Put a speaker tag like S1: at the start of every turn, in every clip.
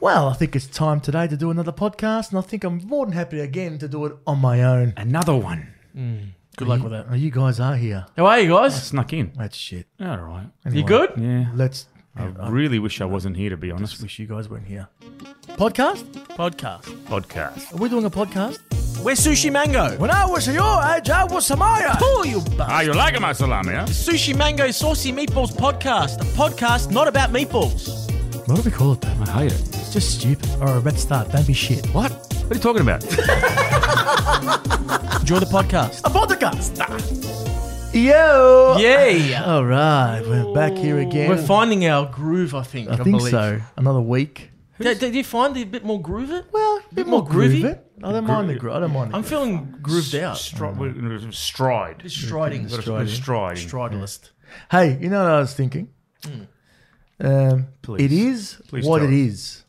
S1: Well, I think it's time today to do another podcast, and I think I'm more than happy again to do it on my own.
S2: Another one.
S1: Good luck with that. Oh, you guys are here.
S3: How are you guys?
S2: Oh, Snuck in.
S1: That's shit.
S2: All right.
S3: You
S1: Anyway,
S3: good?
S2: Yeah.
S1: Let's.
S2: I
S1: I
S2: really wish I wasn't here, to be
S1: just
S2: honest.
S1: wish you guys weren't here. Podcast?
S3: Podcast.
S2: Podcast.
S1: Are we doing a podcast?
S3: We're Sushi Mango.
S1: When I was your age, I was Samaya.
S3: Oh, you bastard.
S2: Ah, you like my salami, huh?
S3: Sushi Mango Saucy Meatballs Podcast. A podcast not about meatballs.
S1: What do we call it that?
S2: I hate it.
S1: It's just stupid. All right, let's start. Don't be shit.
S2: What? What are you talking about?
S3: Enjoy the podcast.
S1: A podcast. Yo.
S3: Yeah.
S1: All right, we're back here again.
S3: We're finding our groove, I think.
S1: I think so. Another week.
S3: Did, did you find it a bit more groove it?
S1: Well, a bit more,
S3: more groovy?
S1: groovy. I don't mind the groove. I don't mind.
S3: I'm
S1: The
S3: feeling grooved out.
S2: Stri- we're- stride.
S3: Just striding.
S2: Striding. Striding.
S3: Stridelist.
S1: hey, you know what I was thinking? Um,
S2: Please.
S1: It is
S2: Please
S1: what
S2: tell
S1: it
S2: us.
S1: is.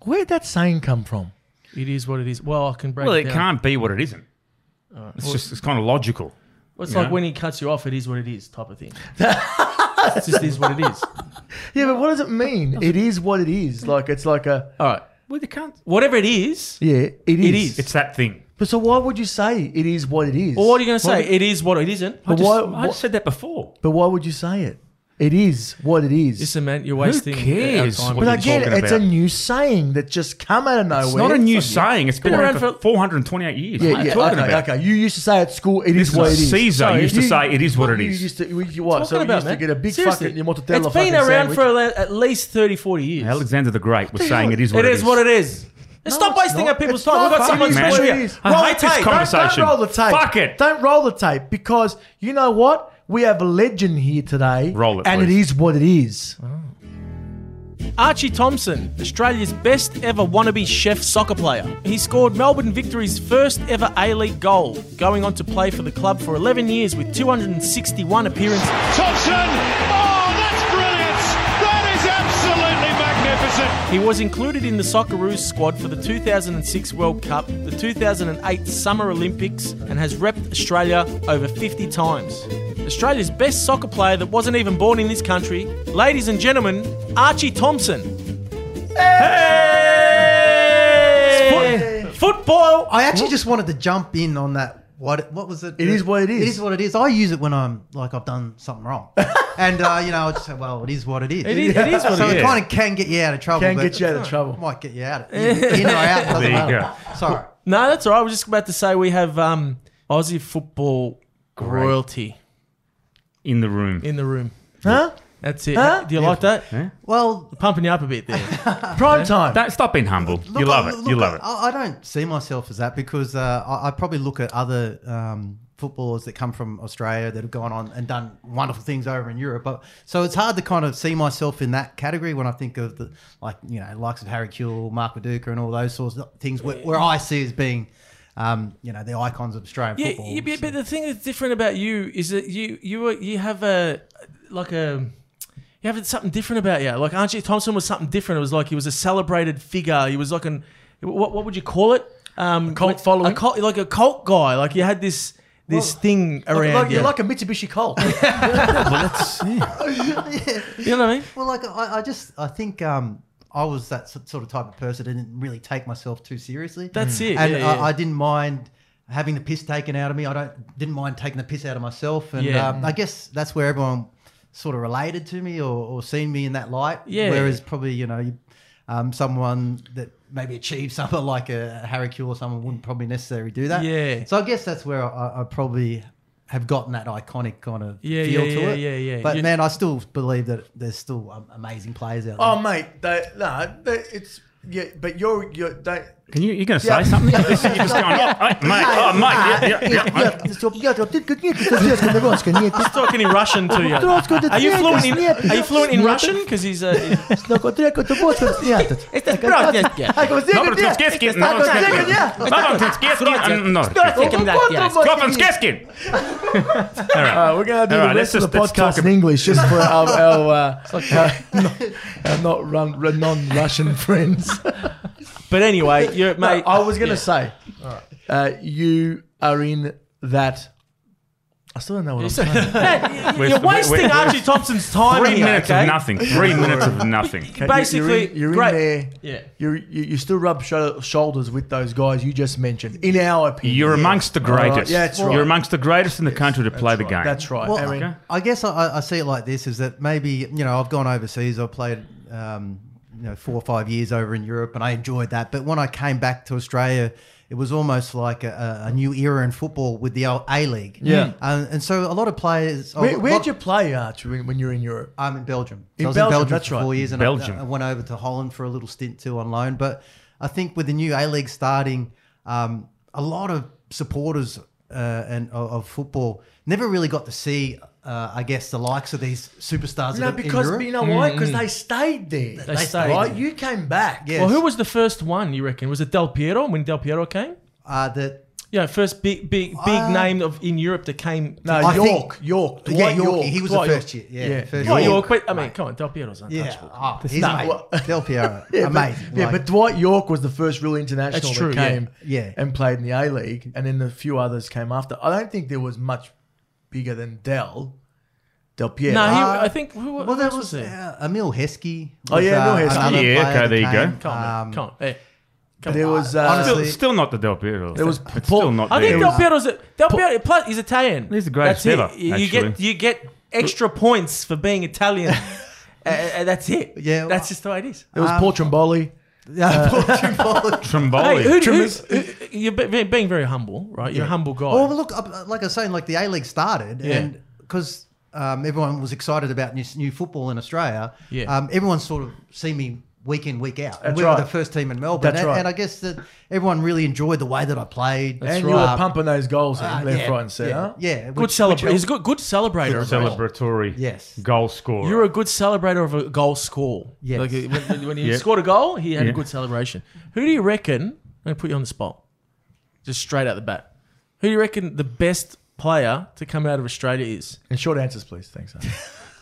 S1: Where'd that saying come from?
S3: It is what it is. Well, I can break
S2: Well,
S3: it
S2: it
S3: down.
S2: can't be what it isn't. It's just, it's kind of logical.
S3: It's
S2: Yeah.
S3: like when he cuts you off, it is what it is type of thing. it just is what it is.
S1: Yeah, but what does it mean? It is what it is. Like it's like a
S3: All right.
S2: Well, they can't.
S3: Whatever it is,
S1: yeah. It is.
S3: is.
S2: It's that thing.
S1: But so why would you say it is what it is?
S3: or what are you going to say?
S2: Well,
S3: it is what it isn't.
S2: I
S1: But
S2: just,
S1: why-
S2: I
S1: why-
S2: just said that before.
S1: but why would you say it? It is what it is.
S3: Listen, man, you're wasting our
S2: cares
S3: time.
S2: what
S1: but
S2: are
S1: I
S2: you
S1: get it.
S2: talking
S1: It's a
S2: about?
S1: new saying that just come out of nowhere.
S2: It's not a new
S1: like-
S2: saying. It's been
S3: Been
S2: around
S3: around
S2: for 428 years.
S1: Yeah,
S2: What are you
S1: yeah.
S2: talking
S1: okay,
S2: about?
S1: okay. You used to say at school, it is
S2: Listen,
S1: what it is.
S2: Caesar used to say, "It is what it
S1: you
S2: is."
S1: Used to, you- you what?
S3: Talking
S1: So you
S3: about,
S1: used to
S3: man.
S1: get a big
S3: Seriously.
S1: fucking. You want to tell
S3: It's been
S1: fucking
S3: around
S1: sandwich.
S3: for a- at least 30, 40 years.
S2: Alexander the Great was saying
S1: hell?
S2: it is what
S3: It
S2: it
S3: is what it is. And stop
S1: it's
S3: wasting
S1: not.
S3: our people's
S1: It's
S3: time. We've
S1: not
S3: got someone
S1: fucking
S2: man.
S3: special
S1: what it
S3: here.
S1: is.
S2: I
S3: Roll
S2: hate
S3: the
S2: this
S3: tape.
S2: conversation.
S1: Don't, don't roll the tape.
S2: Fuck it.
S1: Don't roll the tape because you know what? We have a legend here today.
S2: Roll it,
S1: And it
S2: please.
S1: is what it is.
S3: Archie Thompson, Australia's best ever wannabe chef soccer player. He scored Melbourne Victory's first ever A League goal, going on to play for the club for 11 years with 261 appearances.
S4: Thompson. Oh, that's brilliant. That is absolutely magnificent.
S3: He was included in the Socceroos squad for the 2006 World Cup, the 2008 Summer Olympics, and has repped Australia over 50 times. Australia's best soccer player that wasn't even born in this country, ladies and gentlemen, Archie Thompson. Hey! Foot- Football.
S5: I actually just wanted to jump in on that. What what was it?
S1: It is what it is.
S5: It is what it is. I use it when I'm like I've done something wrong, and uh, you know I just say, well, it is what it is.
S3: It is, it is what
S5: So
S3: it
S5: it
S3: is.
S5: kind of can get you out of trouble.
S1: Can
S5: but
S1: get you out of
S5: it
S1: trouble.
S5: Might get you out. Of, in or out. doesn't
S2: There you
S5: matter. Sorry.
S3: No, that's all right. I was just about to say we have um, Aussie football royalty
S2: In the room.
S3: in the room.
S1: Huh?
S3: That's it.
S1: Huh?
S3: Do you like that?
S5: Well,
S3: Pumping you up a bit there.
S1: Prime time.
S2: Don't- stop being humble. you
S5: Look,
S2: love
S5: I-
S2: it. you
S5: look,
S2: love it.
S5: I, I don't see myself as that because uh, I, I probably look at other um, footballers that come from Australia that have gone on and done wonderful things over in Europe. But, so it's hard to kind of see myself in that category when I think of the like you know likes of Harry Kuehl, Mark Viduka, and all those sorts of things where, where I see as being um, you know the icons of Australian
S3: Yeah,
S5: football.
S3: yeah, but, but the thing that's different about you is that you you were- you have a like a you have something different about you. Like Archie Thompson was something different. It was like he was a celebrated figure. He was like an what what would you call it? Um, a
S1: cult following?
S3: a cult, like a cult guy. Like you had this this thing around
S1: Like-
S3: you.
S1: You're like a Mitsubishi Colt.
S3: you know what I mean?
S5: Well, like I, I just I think um, I was that s- sort of type of person that didn't really take myself too seriously. Mm.
S3: That's it,
S5: And
S3: yeah,
S5: I,
S3: yeah.
S5: I didn't mind having the piss taken out of me. I don't didn't mind taking the piss out of myself. And
S3: Yeah.
S5: um, I guess that's where everyone sort of related to me or, or seen me in that light.
S3: Yeah.
S5: Whereas probably you know you- um, someone that maybe achieved something like a Harry Kuehl or someone wouldn't probably necessarily do that.
S3: Yeah.
S5: So I guess that's where I, I probably. Have gotten that iconic kind of
S3: Yeah,
S5: feel
S3: yeah,
S5: to
S3: yeah,
S5: it,
S3: yeah, yeah.
S5: But
S3: You-
S5: man, I still believe that there's still um, amazing players out there.
S1: oh, mate. They, nah, they, it's yeah. But you're you're. They,
S2: Can you? You're going to say
S1: Yeah.
S2: something? You're just going, oh, hey, mate. Oh, mate. Yeah, yeah, yeah.
S3: He's talking in Russian to you. Are you fluent in Are you fluent in Russian? Because he's a
S2: Novotnetsky, Novotnetsky. Novotnetsky, no. Klopfenskeskin. All right.
S1: Uh, we're going to do
S2: All
S1: the
S2: right,
S1: rest
S2: let's
S1: of the
S2: just- let's talk
S1: podcast in
S2: ab-
S1: English just for our, our, uh, our, not, our not run, run- non-Russian friends.
S3: But anyway, you're mate.
S1: I was going to
S3: yeah.
S1: say, uh, you are in that I still don't know what I'm
S3: So-
S1: saying.
S3: Hey,
S2: We're-
S3: you're
S2: we're-
S3: wasting
S2: we're-
S3: Archie Thompson's time
S2: Three
S3: here,
S2: minutes
S3: okay?
S2: of nothing. Three minutes of nothing.
S1: You're in-
S3: Basically,
S1: you're in,
S3: great.
S1: there.
S3: Yeah.
S1: You're, you you still rub sho- shoulders with those guys you just mentioned. In our opinion,
S2: You're amongst the
S1: All right,
S2: greatest.
S1: Yeah, that's right.
S2: You're amongst the greatest in the country to play the game.
S1: That's right.
S5: Well,
S1: I mean,
S5: I, I guess I- I, I see it like this: is that maybe you know I've gone overseas, I played um, you know four or five years over in Europe, and I enjoyed that. But when I came back to Australia, it was almost like a, a new era in football with the old A League.
S1: Yeah.
S5: um, and so a lot of players. a
S1: where,
S5: lot-
S1: where'd you play, Arch, when, when you're in Europe?
S5: I'm in Belgium. So
S1: In
S5: I was
S1: Belgium,
S5: in Belgium
S1: that's
S5: for
S1: right.
S5: four years, and
S2: Belgium.
S5: I, I went over to Holland for a little stint too on loan. But I think with the new A League starting, um, a lot of supporters uh, and of, of football never really got to see, uh, I guess, the likes of these superstars.
S1: No,
S5: in- in
S1: because
S5: Europe.
S1: you know why? Because Mm-hmm. they stayed there.
S3: They stayed
S1: Right?
S3: there.
S1: You came back.
S5: Yeah.
S3: Well, who was the first one you reckon? Was it Del Piero when Del Piero came?
S5: uh, that
S3: Yeah, first big big big
S5: Uh,
S3: name of in Europe that came.
S1: No,
S5: I
S1: York,
S5: think-
S1: York,
S5: Yeah,
S1: Dwight
S5: York.
S1: York.
S5: He was the
S1: Dwight
S5: first
S1: York.
S5: year. Yeah, first
S3: Well,
S5: York.
S3: York, but I mean, come on, Del Piero's
S5: yeah,
S3: untouchable.
S5: oh, he's
S1: no-
S5: amazing.
S1: what-
S5: Del Piero,
S1: Yeah, but-
S5: amazing.
S1: yeah,
S5: like-
S1: but Dwight York was the first real international
S3: That's true,
S1: that came
S5: yeah. Yeah.
S1: and played in the A League, and then a few others came after. I don't think there was much bigger than Del. Del Piero.
S3: No,
S1: Ah,
S3: he, I think who,
S5: well, that
S3: was
S5: was
S3: it?
S5: uh, Emil Heskey.
S1: Oh,
S5: was,
S1: yeah,
S5: uh,
S1: Emil Heskey.
S5: another
S2: Yeah,
S5: player
S2: okay,
S5: that
S2: there you go.
S5: came.
S3: Come on, man,
S5: Um,
S3: come on. Hey, come
S1: there
S3: on.
S1: was uh,
S5: honestly-
S2: Still, still not the Del Piero.
S1: There was
S2: It's
S1: Paul-
S2: still not
S3: I think
S2: there.
S3: Del Piero's a, Del Piero plus he's Italian.
S2: He's the greatest
S3: that's it.
S2: ever,
S3: You you get
S2: actually.
S3: you get extra points for being Italian. Uh, uh, that's it.
S5: Yeah, well,
S3: that's just the way it is.
S1: there
S5: Um,
S1: was Paul Trimboli.
S5: Yeah, Paul Trimboli.
S2: Tromboli.
S3: Hey, who, who,
S1: Trimmers.
S3: who, you're be- being very humble, right? You're a humble guy.
S5: Well, look, uh, like I was saying, like the A League started,
S3: Yeah.
S5: and because um, everyone was excited about new, new football in Australia,
S3: Yeah.
S5: um, everyone sort of see me week in, week out.
S1: That's
S5: we
S1: right.
S5: were the first team in Melbourne,
S1: That's
S5: and,
S1: right.
S5: and I guess that everyone really enjoyed the way that I played.
S1: and
S5: Um,
S1: you were pumping those goals in
S5: uh,
S1: left,
S5: yeah,
S1: right, and centre.
S5: Yeah, yeah,
S3: good
S5: which- which
S3: celebrator.
S5: helped.
S3: He's a good good celebrator. of goals.
S2: Celebratory
S5: Yes.
S2: goal scorer.
S3: You're a good celebrator of a goal score.
S5: Yes.
S3: Like uh, when, when he
S2: Yeah.
S3: scored a goal, he had a
S2: Yeah.
S3: good celebration. Who do you reckon? I'm going to put you on the spot. Just straight out the bat. Who do you reckon the best player to come out of Australia is?
S1: And short answers, please. Thanks. Archie.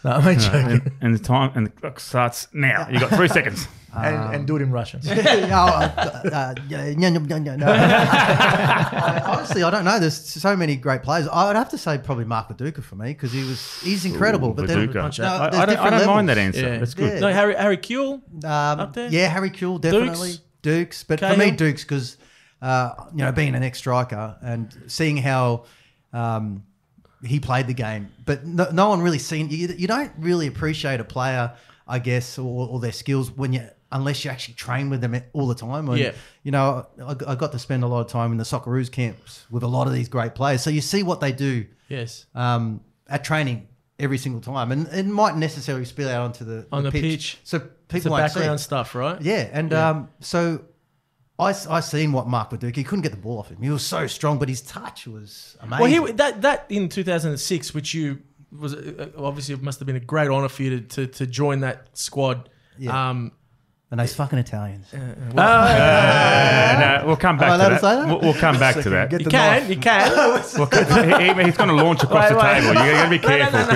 S1: no, I'm only joking.
S2: and, and the time and the clock starts now. You got three seconds.
S1: and, and do it in Russian.
S5: Um, Yeah, uh, oh, uh, yeah, yeah, yeah, yeah, no. I- Honestly, I don't know. There's so many great players. I would have to say probably Mark Viduka for me because he was he's incredible. but then
S2: Viduka.
S5: no,
S2: I, I
S5: there's
S2: don't, I
S5: different
S2: don't mind
S5: levels.
S2: that answer.
S3: Yeah.
S2: That's good.
S5: Yeah.
S3: No, Harry Harry Kuehl.
S5: Um,
S3: Up there?
S5: Yeah, Harry Kuehl, definitely.
S3: Dukes?
S5: Dukes, but for me,
S3: Cahill?
S5: Dukes, because, uh, you know, being an ex striker and seeing how um, he played the game, but no, no one really seen, you, you don't really appreciate a player, I guess, or, or their skills when you. Unless you actually train with them all the time, and
S3: Yeah.
S5: you know, I, I got to spend a lot of time in the Socceroos camps with a lot of these great players, so you see what they do
S3: Yes.
S5: um, at training every single time, and it mightn't necessarily spill out onto the
S3: On the
S5: pitch.
S3: pitch.
S5: So
S3: It's the
S5: people won't see
S3: background
S5: it.
S3: stuff, right?
S5: Yeah, and Um, so I, s- I seen what Mark would do. He couldn't get the ball off him. He was so strong, but his touch was amazing.
S3: Well, he that that in 2006, which you was uh, obviously it must have been a great honor for you to to, to join that squad.
S5: Yeah.
S3: Um,
S5: and those fucking Italians.
S1: Oh,
S2: Uh, no, we'll come back to
S5: I allowed to
S2: that.
S5: say that?
S2: We'll, we'll come back to that.
S1: Get
S3: you
S1: the
S3: can,
S1: knife.
S3: you can.
S2: We'll come- he, he- he's going to launch across
S3: Wait,
S2: the
S3: wait.
S2: table. You're going to be
S3: no,
S2: careful
S3: no.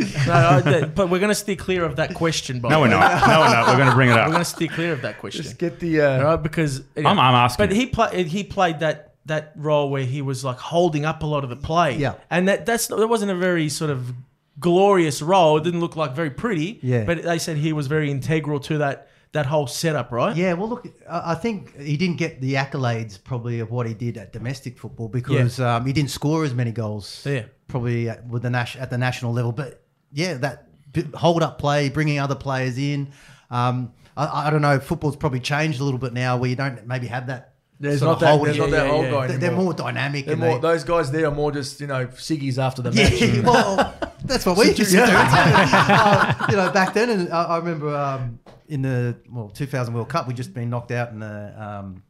S2: because no,
S3: no, I- but we're going to stay clear of that question. By the
S2: we're
S3: way.
S2: not. No, we're not. We're going to bring it
S3: We're
S2: up.
S3: going to stay clear of that question.
S1: Just get the. Uh,
S3: right? Because
S2: I'm- I'm asking.
S3: But he played. He played that that role where he was like holding up a lot of the play.
S5: Yeah.
S3: and that that's not- that wasn't a very sort of glorious role. It didn't look like very pretty.
S5: Yeah.
S3: but they said he was very integral to that that whole setup, right?
S5: Yeah, well, look, I I think he didn't get the accolades probably of what he did at domestic football because um, he didn't score as many goals.
S3: Yeah.
S5: probably at, with the nas- at the national level. But yeah, that hold up play, bringing other players in. Um, I, I don't know. Football's probably changed a little bit now, where you don't maybe have that.
S1: there's
S5: sort
S1: not
S5: of
S1: that.
S5: hold-
S1: There's not
S3: yeah,
S1: that
S3: yeah,
S1: old
S3: yeah.
S1: guy
S5: They're,
S1: anymore.
S5: they're more dynamic.
S1: They're
S5: and
S1: more-
S5: they,
S1: those guys there are more just you know ciggies after the match.
S5: yeah, well, that's what we used to do. too. Uh, you know, back then, and I, I remember um, in the well 2000 World Cup, we just been knocked out in the um,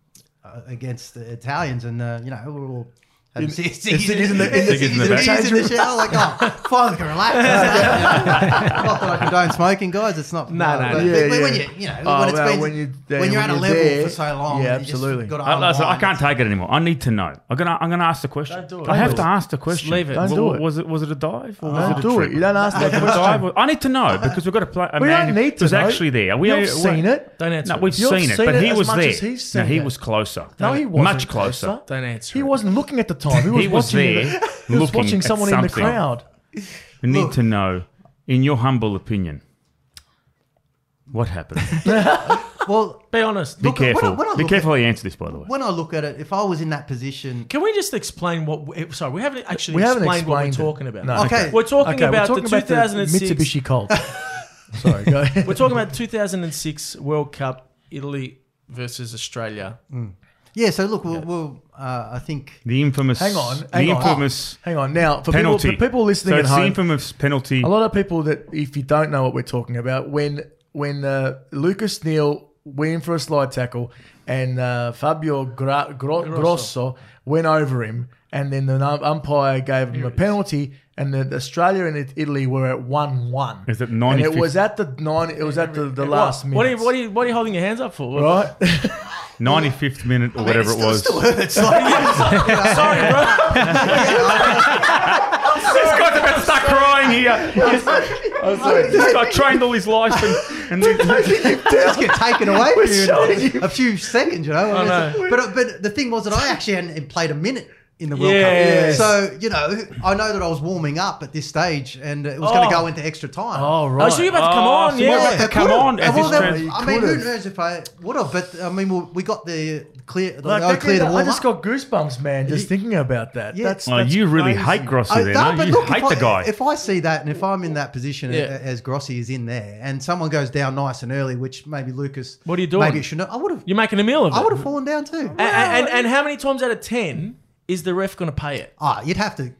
S5: uh, against the Italians, and uh, you know we were all. having
S1: In-
S5: ciggies
S1: in ciggies in the-
S5: in
S2: Ciggies in the
S5: ciggies
S1: back.
S5: in the shower, like oh, finally can relax. not that I condone smoking, guys. It's not
S3: No, no,
S5: but
S1: yeah,
S5: when- When
S1: yeah.
S5: you, you know,
S1: Oh,
S5: when it's
S1: well,
S5: been
S1: when you-
S5: when,
S1: when
S5: you're at a
S1: you're
S5: level
S1: there,
S5: for so long,
S1: yeah,
S5: you just
S1: absolutely.
S5: gotta
S2: I, listen, I
S5: unwind.
S2: can't take it anymore. I need to know. I'm going to I'm gonna ask the question.
S3: Don't do it.
S2: I have
S3: Don't
S2: to
S3: do
S2: ask the question.
S3: leave it. Don't
S2: Wa-
S1: do it.
S2: Was it was it a dive or was
S1: Don't
S2: it a
S1: do
S2: trip?
S1: it. You don't ask that
S2: Was it a
S1: question.
S2: dive or- I need to know because we've got to play. A
S1: We
S2: man
S1: don't
S2: who-
S1: need to
S2: who's
S1: know.
S2: actually there. We
S1: You've seen it.
S3: Don't answer.
S2: No, we've
S1: You've
S2: seen it,
S1: seen
S2: but
S1: it
S2: he
S1: as
S2: was
S1: much
S2: there.
S1: as he's
S2: no,
S1: seen
S2: he
S1: it.
S2: was closer.
S1: No, he wasn't
S2: Much closer.
S3: Don't answer.
S1: He
S3: it.
S1: wasn't looking at the time. Who was
S2: He was
S1: watching
S2: there
S1: it? He was
S2: looking
S1: watching
S2: at
S1: someone in the
S2: something.
S1: crowd.
S2: We need to know, in your humble opinion, what happened.
S5: Well,
S3: Be honest.
S2: Be
S3: Look,
S5: Look, when I-
S2: careful.
S5: when I
S2: Be
S5: look
S2: careful how you answer this, by the way.
S5: when I look at it, if I was in that position,
S3: can we just explain what? We, sorry, we haven't actually
S1: We haven't
S3: explained, what we're
S1: explained it.
S3: talking about.
S1: No.
S5: Okay.
S3: we're talking
S1: Okay,
S3: about
S1: we're talking
S3: the
S1: about the
S3: 2006
S1: Mitsubishi Colt. Sorry, go ahead.
S3: We're talking about 2006 World Cup, Italy versus Australia.
S5: yeah. So look, we'll, we'll uh, I think
S2: The infamous.
S1: Hang on,
S2: The
S1: hang on.
S2: infamous
S1: Hang on. Now, for people,
S2: penalty.
S1: for people listening
S2: so
S1: at
S2: it's
S1: home,
S2: the infamous penalty.
S1: a lot of people that, if you don't know what we're talking about, when when uh, Lucas Neal went in for a slide tackle and uh, Fabio Gra- Gro- Grosso. went over him, and then the um- umpire gave him a penalty, and the, Australia and it- Italy were at one one.
S2: Is it
S1: And it
S2: 95th?
S1: was at the nine. It was at the, the last
S3: what,
S1: minute.
S3: what are you, what, are you, what are you holding your hands up for?
S1: right?
S2: 95th minute or whatever it was.
S5: Still hurts. Like,
S3: Sorry, bro.
S2: This guy's about to start crying here. this guy trained all his life and, and then,
S5: just get taken away from
S1: showing
S5: you in a few seconds, you know. I mean,
S3: know.
S5: it's- But but the thing was that I actually hadn't played a minute in the World
S3: Yes.
S5: Cup. So you know, I know that I was warming up at this stage, and it was going
S3: Oh.
S5: to go into extra time.
S1: Oh
S3: Oh,
S1: right.
S3: so you're about to come
S2: Oh,
S3: on,
S2: so
S3: yeah.
S2: we're about to
S5: they
S2: come
S5: could've.
S2: on as
S5: Well,
S2: this
S5: they-
S2: trans-
S5: I mean, who
S1: could've.
S5: knows if I would have? But I mean, we- we got the clear. The,
S1: Like,
S5: I
S1: that-
S5: cleared the
S1: I
S5: warm
S1: just
S5: up.
S1: got goosebumps, man, just thinking about that.
S5: Yeah.
S1: That's,
S2: oh,
S1: that's
S2: you really
S1: crazy.
S2: hate Grossi
S5: I-
S2: there,
S5: no,
S2: no?
S5: but
S2: You
S5: look,
S2: hate
S5: if
S2: the guy.
S5: I, if I see that and if I'm in that position
S3: Yeah.
S5: a- as Grossi is in there, and someone goes down nice and early, which maybe Lucas,
S3: What are you doing?
S5: Maybe it should not. I would have.
S3: You're Ah, making a meal of it.
S5: I would have fallen down too.
S3: A- a- and, and, how many times out of 10 is the ref going to pay it?
S5: Ah, you'd have to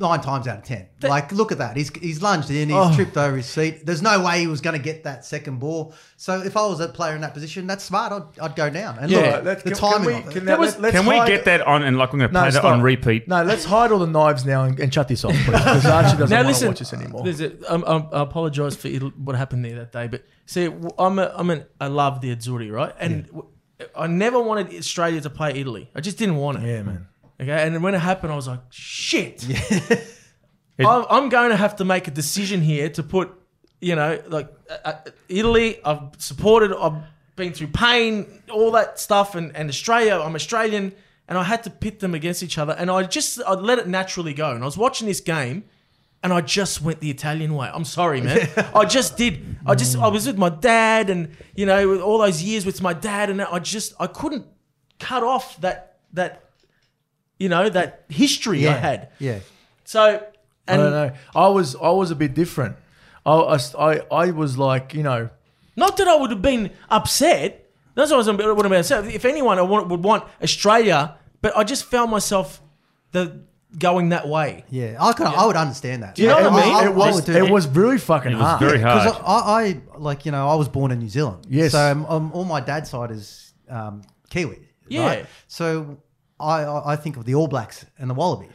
S5: nine times out of ten. like, look at that. He's he's lunged in. He's tripped over his seat. There's no way he was going to get that second ball. So if I was a player in that position, that's smart. I'd, I'd go down. And
S1: Yeah,
S5: look,
S1: let's-
S5: the
S1: can- can
S5: timing.
S1: we-
S5: of it.
S1: can
S3: There
S1: that-
S3: was-
S1: let's
S2: Can we
S1: hide-
S2: get that on and like I'm going to
S1: No,
S2: play that
S1: stop.
S2: on repeat?
S1: No, let's hide all the knives now and, and shut this off, please. Because Archie doesn't
S3: Now
S1: want to
S3: listen,
S1: watch us anymore.
S3: there's a- um, um, I apologise for Italy, what happened there that day, but see, w- I'm a, I'm an, I love the Azzurri, right? And w- I never wanted Australia to play Italy. I just didn't want it.
S1: Yeah, man.
S3: Okay, and when it happened, I was like, shit. I'm, I'm going to have to make a decision here to put, you know, like uh, uh, Italy. I've supported. I've been through pain, all that stuff, and, and Australia. I'm Australian, and I had to pit them against each other. And I just I let it naturally go. And I was watching this game, and I just went the Italian way. I'm sorry, man. I just did. I just I was with my dad, and you know, with all those years with my dad, and I just I couldn't cut off that that. You know that history I had,
S5: Yeah.
S3: so and
S1: I don't know. I was I was a bit different. I, I, I, I was like, you know,
S3: Not that I would have been upset. That's what I was would have been upset. If anyone, I want, would want Australia, but I just found myself the going that way.
S5: Yeah, I could. I would understand that. Do
S1: you know what I mean?
S5: I,
S1: it was
S5: would do
S1: it was really fucking
S2: It was
S1: hard.
S2: very hard.
S5: because I, I like you know I was born in New Zealand.
S1: Yes.
S5: So um, um, all my dad's side is um, Kiwi.
S3: Yeah.
S5: Right? So I, I I think of the All Blacks and the Wallabies.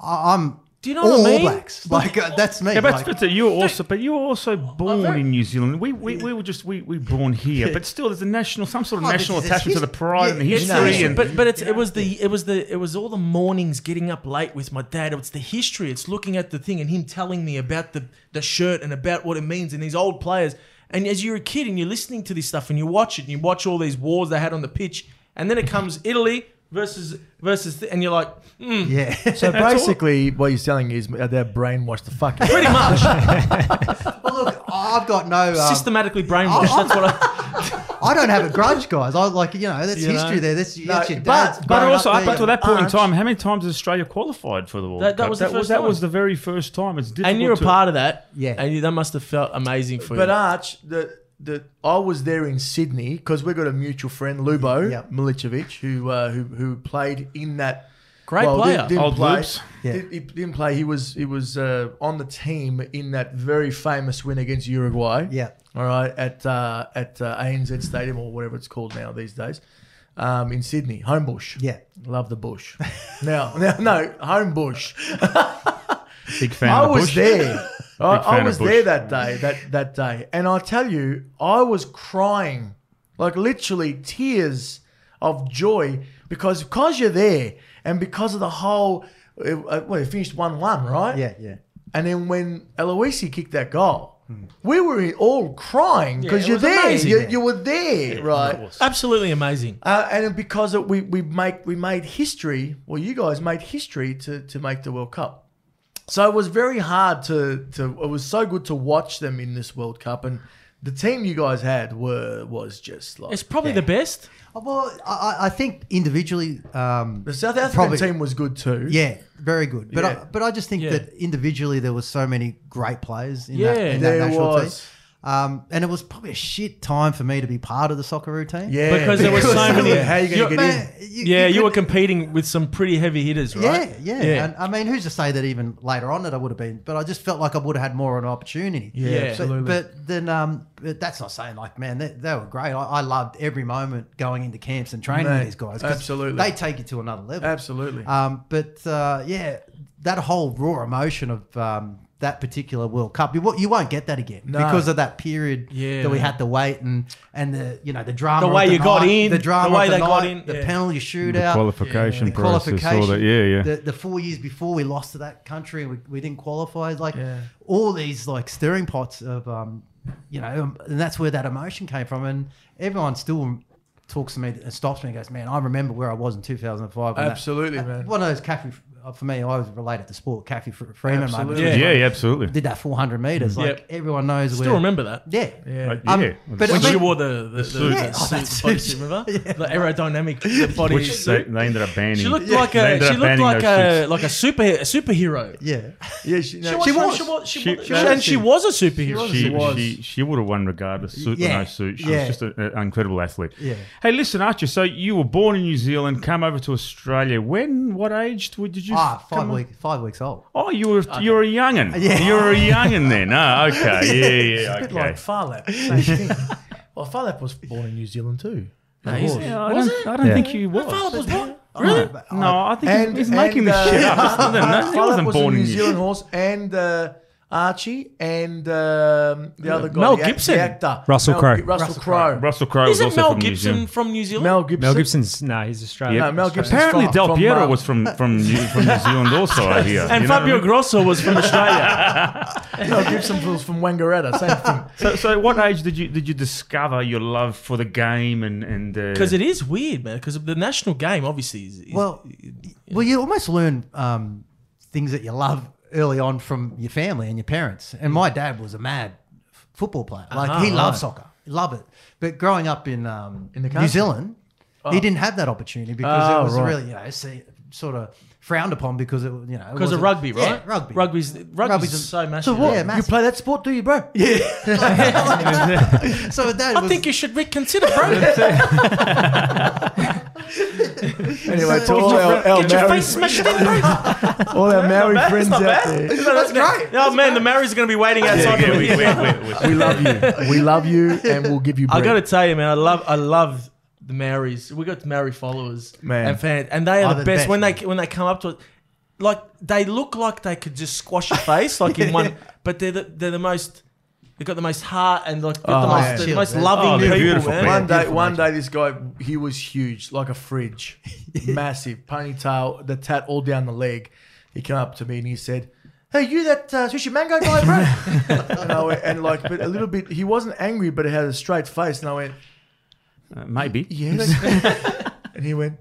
S5: I, I'm.
S3: Do you know
S5: all
S3: what I mean?
S5: Blacks? Like uh, that's me.
S2: Yeah, but,
S5: like-
S2: but you were also, but you were also born
S3: very-
S2: in New Zealand. We, we, we were just we, we were born here, but still, there's a national, some sort of
S5: Oh, but
S2: national
S5: it's
S2: attachment to the
S5: his-
S2: pride
S5: yeah,
S2: and the
S5: it's
S3: It's
S2: history.
S3: the-
S2: and
S3: but but it's, it was the it was the it was all the mornings getting up late with my dad. It's the history. It's looking at the thing and him telling me about the the shirt and about what it means and these old players. And as you're a kid and you're listening to this stuff and you watch it and you watch all these wars they had on the pitch, and then it comes Italy versus versus, th- and you're like,
S5: yeah.
S1: So basically, what you're telling is they're brainwashed the fuck. out.
S3: pretty much
S5: well, oh, look, I've got no. Um,
S3: systematically brainwashed. That's what I.
S5: I don't have a grudge, guys. I like you know that's
S3: You know?
S5: history there. That's, that's your
S1: but-
S5: dad's.
S1: but
S2: But
S5: growing
S2: also, up
S5: there. Uh,
S2: until that point in
S1: Arch-
S2: time, how many times has Australia qualified for the World
S3: Uh-huh. That- that
S2: Cup?
S3: was the first
S2: that
S3: time.
S2: was the very first time. It's difficult.
S3: and you're a
S2: to-
S3: part of that.
S5: Yeah. uh,
S3: And you, that must have felt amazing for
S1: But
S3: you.
S1: Arch, the the I was there in Sydney because we got a mutual friend, Lubo
S5: Yeah.
S1: Milicevic, who uh, who who played in that.
S3: Great player.
S1: Didn't, didn't
S2: Old
S1: play.
S2: Loops.
S5: Yeah.
S1: Did, he didn't play. He was he was uh, on the team in that very famous win against Uruguay.
S5: Yeah.
S1: All right. At uh, at uh, ANZ Stadium or whatever it's called now these days, um, in Sydney, Homebush.
S5: Yeah.
S1: Love the bush. now, now, no, Homebush.
S2: Big fan.
S1: I
S2: of the
S1: was
S2: Bush.
S1: there. I,
S2: Big fan
S1: I
S2: of
S1: was
S2: Bush.
S1: there that day, that that day, and I tell you, I was crying, like literally tears of joy because because you're there and because of the whole. It, uh, well, it finished one one, right?
S5: Yeah, yeah.
S1: And then when Eloisi kicked that goal, We were all crying because
S3: it
S1: you're
S3: was
S1: there.
S3: amazing.
S1: You, you were there, right?
S3: Absolutely amazing.
S1: Uh, and because it, we we make we made history. Well, you guys made history to to make the World Cup. So it was very hard to to. It was so good to watch them in this World Cup, and the team you guys had were was just like
S3: It's probably the best.
S5: Oh, Well, I, I- I think individually, um,
S1: the South African
S5: probably-
S1: team was good too.
S5: yeah, very good. But
S1: Yeah.
S5: I, but I just think
S3: Yeah.
S5: that individually there was so many great players in that,
S3: Yeah.
S5: in
S1: There
S5: that national
S1: was.
S5: team. Um, and it was probably a shit time for me to be part of the soccer routine.
S1: yeah,
S3: Because there were so many-
S1: How you
S3: You're-
S1: going to get in?
S5: Man, you-
S3: yeah, you,
S5: could-
S3: were competing with some pretty heavy hitters, right?
S5: Yeah, yeah.
S3: Yeah.
S5: And I mean, who's to say that even later on that I would have been, but I just felt like I would have had more of an opportunity.
S3: Yeah.
S5: But-
S1: absolutely.
S5: But then, um, but that's not saying like, man, they, they were great. I, I loved every moment going into camps and training
S1: Mate,
S5: with these guys. 'cause
S1: absolutely.
S5: They take you to another level.
S1: Absolutely.
S5: Um, but uh, yeah, that whole raw emotion of um, that particular World Cup, you, won't- you won't get that again
S1: No.
S5: because of that period
S3: Yeah.
S5: that we had to wait and and the you know the drama,
S3: The
S5: of
S3: way you got
S5: night,
S3: in,
S5: the drama,
S3: the way
S5: of
S3: they got
S5: night,
S3: in,
S5: the
S3: yeah.
S5: penalty
S2: The
S5: shootout,
S2: qualification
S5: the
S2: process, all that. Yeah, yeah.
S5: The, the four years before we lost to that country, we, we didn't qualify. Like
S1: Yeah.
S5: all these like stirring pots of um, you know, um, and that's where that emotion came from. And everyone still talks to me and stops me and goes, "Man, I remember where I was in 2005." when that-
S1: Absolutely, man.
S5: Uh, One of those Caffey for me, I always related to sport. Caffey Fr- Freeman, moment.
S1: Absolutely.
S2: yeah,
S5: Which
S2: yeah, absolutely.
S5: did that 400 meters. Like
S3: Mm-hmm. Yep.
S5: everyone knows.
S3: Still
S5: where,
S3: remember that.
S5: Yeah.
S1: Yeah.
S2: Uh,
S5: Um,
S2: yeah.
S5: but I
S3: When
S5: mean-
S3: you wore the, the, the,
S2: suit.
S3: the
S2: Yeah,
S5: oh, that
S3: suit, the body
S5: suit.
S3: suit, remember?
S5: Yeah.
S3: The aerodynamic the body
S2: which they,
S3: suit.
S2: they ended up banning.
S3: She looked like
S2: They
S3: a
S2: ended
S3: she
S2: up
S3: looked
S2: banning
S3: like
S2: those
S3: a like a super a superhero.
S5: Yeah.
S1: Yeah, she, no,
S3: She was,
S5: was.
S3: she was, she
S2: She-
S3: was,
S2: she
S3: and
S1: was.
S3: she was a superhero.
S1: She was.
S2: She, she, she would have won regardless, suit
S5: Yeah.
S2: or no suit. She was
S5: Yeah.
S2: just a- an incredible athlete.
S5: Yeah.
S2: Hey, listen, Archer. So you were born in New Zealand, come over to Australia. When? What age w- did you?
S5: Ah, five
S2: come o-
S5: week, five weeks old.
S2: Oh, you were you were a youngin.
S5: Yeah.
S2: You were a youngin then. Oh, okay. Yeah, yeah.
S1: bit
S2: Okay.
S1: like Farlap. Same thing. well, Farlap was born in New Zealand too.
S5: No, he's-
S2: Yeah, I don't, I don't think he was.
S3: Farlap was born.
S5: Really?
S2: No, I think he's-
S1: And-
S2: he's, making
S1: and,
S2: this
S1: uh,
S2: shit up. It's not that- he
S1: Farlap
S2: wasn't
S1: was
S2: born
S1: a
S2: in
S1: New
S2: New
S1: Zealand horse, and uh, Archie and um, the other guy,
S3: Mel
S1: the act-
S3: Gibson.
S1: the actor,
S6: Russell
S1: Mel-
S6: Crowe.
S1: Russell Crowe,
S2: Uh, Russell Crowe was
S3: Isn't
S2: also
S3: Mel
S2: from New
S3: Gibson uh,
S2: Zealand.
S3: from New Zealand?
S1: Mel Gibson.
S6: Mel Gibson's no, he's Australian.
S1: No, Mel Gibson.
S2: Apparently,
S1: from,
S2: Del
S1: from,
S2: Piero
S1: uh,
S2: was from from New, from New Zealand also. I hear.
S3: and
S2: You know what I
S3: Fabio
S2: mean?
S3: Grosso was from Australia.
S1: Mel Gibson was from Wangaratta. Same thing.
S2: So, so what age did you did you discover your love for the game and and uh,
S3: Because it is weird, man. Because the national game, obviously, is, is
S5: Well, well, you almost learn um, things that you love early on from your family and your parents. And my dad was a mad f- football player; like he loved soccer, love it. But growing up in um,
S1: In the
S5: New
S1: country?
S5: Zealand, he didn't have that opportunity because
S1: Oh,
S5: it was
S1: right.
S5: really you know see, sort of frowned upon because it you know it
S3: because of
S5: wasn't-
S3: rugby,
S5: Yeah,
S3: right?
S5: rugby,
S3: Rugby's rugby's,
S5: Rugby's a-
S3: so massive.
S5: So what?
S3: right?
S5: Yeah,
S1: You
S5: massive.
S1: play that sport, do you, bro? Yeah.
S5: So that
S3: I
S5: was,
S3: think you should reconsider, bro.
S1: Anyway, to all our, our
S3: Get your
S1: Maori,
S3: face smashed in, bro.
S1: all our Maori friends out there,
S3: That's great. Oh man, the Maoris are going to be waiting outside.
S2: yeah,
S3: for
S2: we,
S3: you.
S1: we love you. We love you, and we'll give you.
S3: I
S1: Bread.
S3: got to tell you, man, I love, I love the Maoris. We got Maori followers,
S1: Man.
S3: and fans, and they are
S5: Oh,
S3: the
S5: the
S3: best
S5: best,
S3: when they when they come up to it. Like they look like they could just squash your face, like in one, but they're the, they're the most. They got the most heart and like got the
S1: Oh,
S3: most,
S1: yeah.
S3: the
S5: Chill,
S3: most
S5: man.
S2: Oh,
S3: loving
S2: they're
S3: people,
S2: beautiful
S3: man.
S2: people.
S1: One day,
S5: beautiful
S1: one day, this guy he was huge, like a fridge, massive ponytail, the tat all down the leg. He came up to me and he said, "Hey, you that uh, sushi mango guy, bro?" and, I went, and like, but a little bit, he wasn't angry, but he had a straight face, and I went,
S2: Uh, maybe.
S1: "Yes," and he went.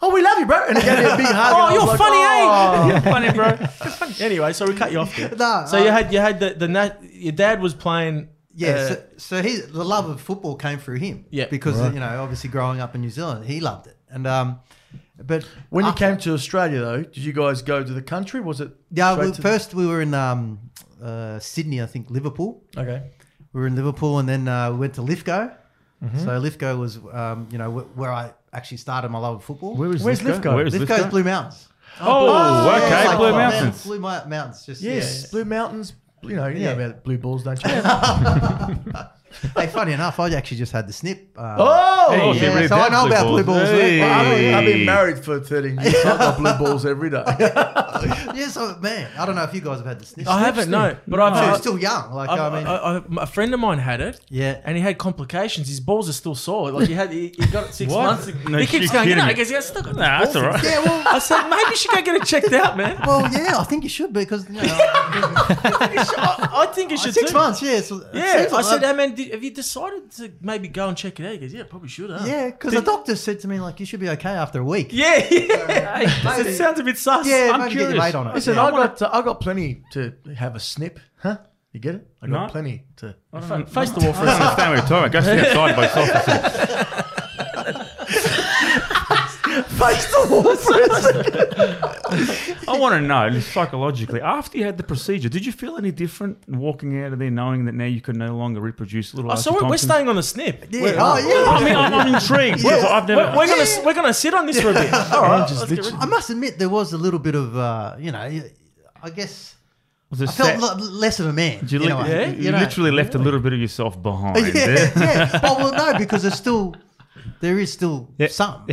S1: Oh, we love you, bro! And he gave me a big hug.
S3: Oh,
S1: and I was
S3: you're
S1: like,
S3: funny,
S1: "Oh."
S3: eh? funny, bro. Anyway, so we cut you off. There.
S5: No,
S3: so you
S5: I-
S3: had you had the the nat- your dad was playing.
S5: Yeah,
S3: uh,
S5: so, so he the love of football came through him.
S3: Yeah.
S5: because you know, obviously growing up in New Zealand, he loved it. And um, but
S1: When you
S5: after-
S1: came to Australia, though, did you guys go to the country? Was it?
S5: yeah,
S1: straight
S5: well,
S1: to-
S5: first we were in um, uh, Sydney, I think Liverpool.
S1: Okay.
S5: We were in Liverpool, and then uh, we went to Lithgow. So Lithgow was, um, you know, wh- where I actually started my love of football.
S2: is
S1: Where's
S2: Lithgow?
S1: Lithgow?
S2: Where is
S5: Lithgow's
S2: Lithgow?
S5: Blue Mountains.
S2: Oh,
S5: Yeah,
S2: okay,
S5: it's like
S2: Blue
S5: Blue
S2: Mountains.
S5: Blue Mo- Mountains, just
S1: Yes,
S5: yeah.
S1: Blue Mountains. You know, you
S5: Yeah.
S1: know about blue balls, don't you?
S5: hey, funny enough, I actually just had the snip. Uh,
S1: oh,
S2: Hey,
S5: yeah,
S2: really
S5: so I
S2: does
S5: know about blue balls,
S1: Well, I've, been, I've been
S2: Hey.
S1: married for 13 years. I've got blue balls every day.
S5: yes, I, man. I don't know if you guys have had the sniff.
S3: I Uh, haven't, no. But I've,
S5: You're
S3: had
S5: still young. Like I, mean,
S3: I, I, a friend of mine had it.
S5: Yeah.
S3: and he had complications. His balls are still sore. Like he had, he, he got it six
S2: What?
S3: months. ago.
S2: No,
S3: he keeps
S2: you're
S3: going. You
S2: kidding
S3: know,
S2: me.
S3: he goes, yeah, I still got.
S2: Nah, that's all right.
S5: yeah. Well,
S3: I said, maybe you should go get it checked out, man.
S5: well, yeah. I think you should because you know,
S3: I, I think you should.
S5: Oh, six
S3: too.
S5: months. Yeah. So,
S3: Yeah, I said,
S5: that.
S3: hey man, did, have you decided to maybe go and check it out? He goes, yeah, probably should. Huh?
S5: Yeah, because the
S3: Did-
S5: doctor said to me like, you should be okay after a week.
S3: Yeah, yeah.
S5: Maybe.
S3: it sounds a bit sus.
S5: Yeah,
S2: I'm
S5: maybe get your
S2: curious.
S5: mate on it.
S1: Listen,
S5: yeah.
S1: I got I got plenty to have a snip, huh? You get it? I got
S2: No.
S1: plenty to.
S3: Fa- Face the wall for a
S2: I don't
S3: second.
S2: understand what you're talking about. Go sit outside by yourself.
S1: Face the wall for a second.
S2: I want to know psychologically after you had the procedure, did you feel any different walking out of there knowing that now you could no longer reproduce little?
S3: Oh, so
S2: Archie
S3: we're, we're
S2: Thompson?
S3: staying on the snip.
S5: Yeah,
S3: We're,
S5: oh, yeah.
S2: I mean, I'm, I'm intrigued. What if I've never.
S3: we're, we're gonna we're gonna sit on this for a bit. All right,
S1: just
S3: let's get rid-
S1: literally-
S5: I must admit there was a little bit of uh, you know, I guess
S2: was it
S5: I felt
S2: sad?
S5: l- less of a man.
S2: you,
S5: in a
S2: li-
S5: way,
S2: you
S5: you know.
S2: literally left a little bit of yourself behind.
S5: yeah,
S2: there.
S5: yeah. But well, no, because there's still there is still
S2: Yeah.
S5: some.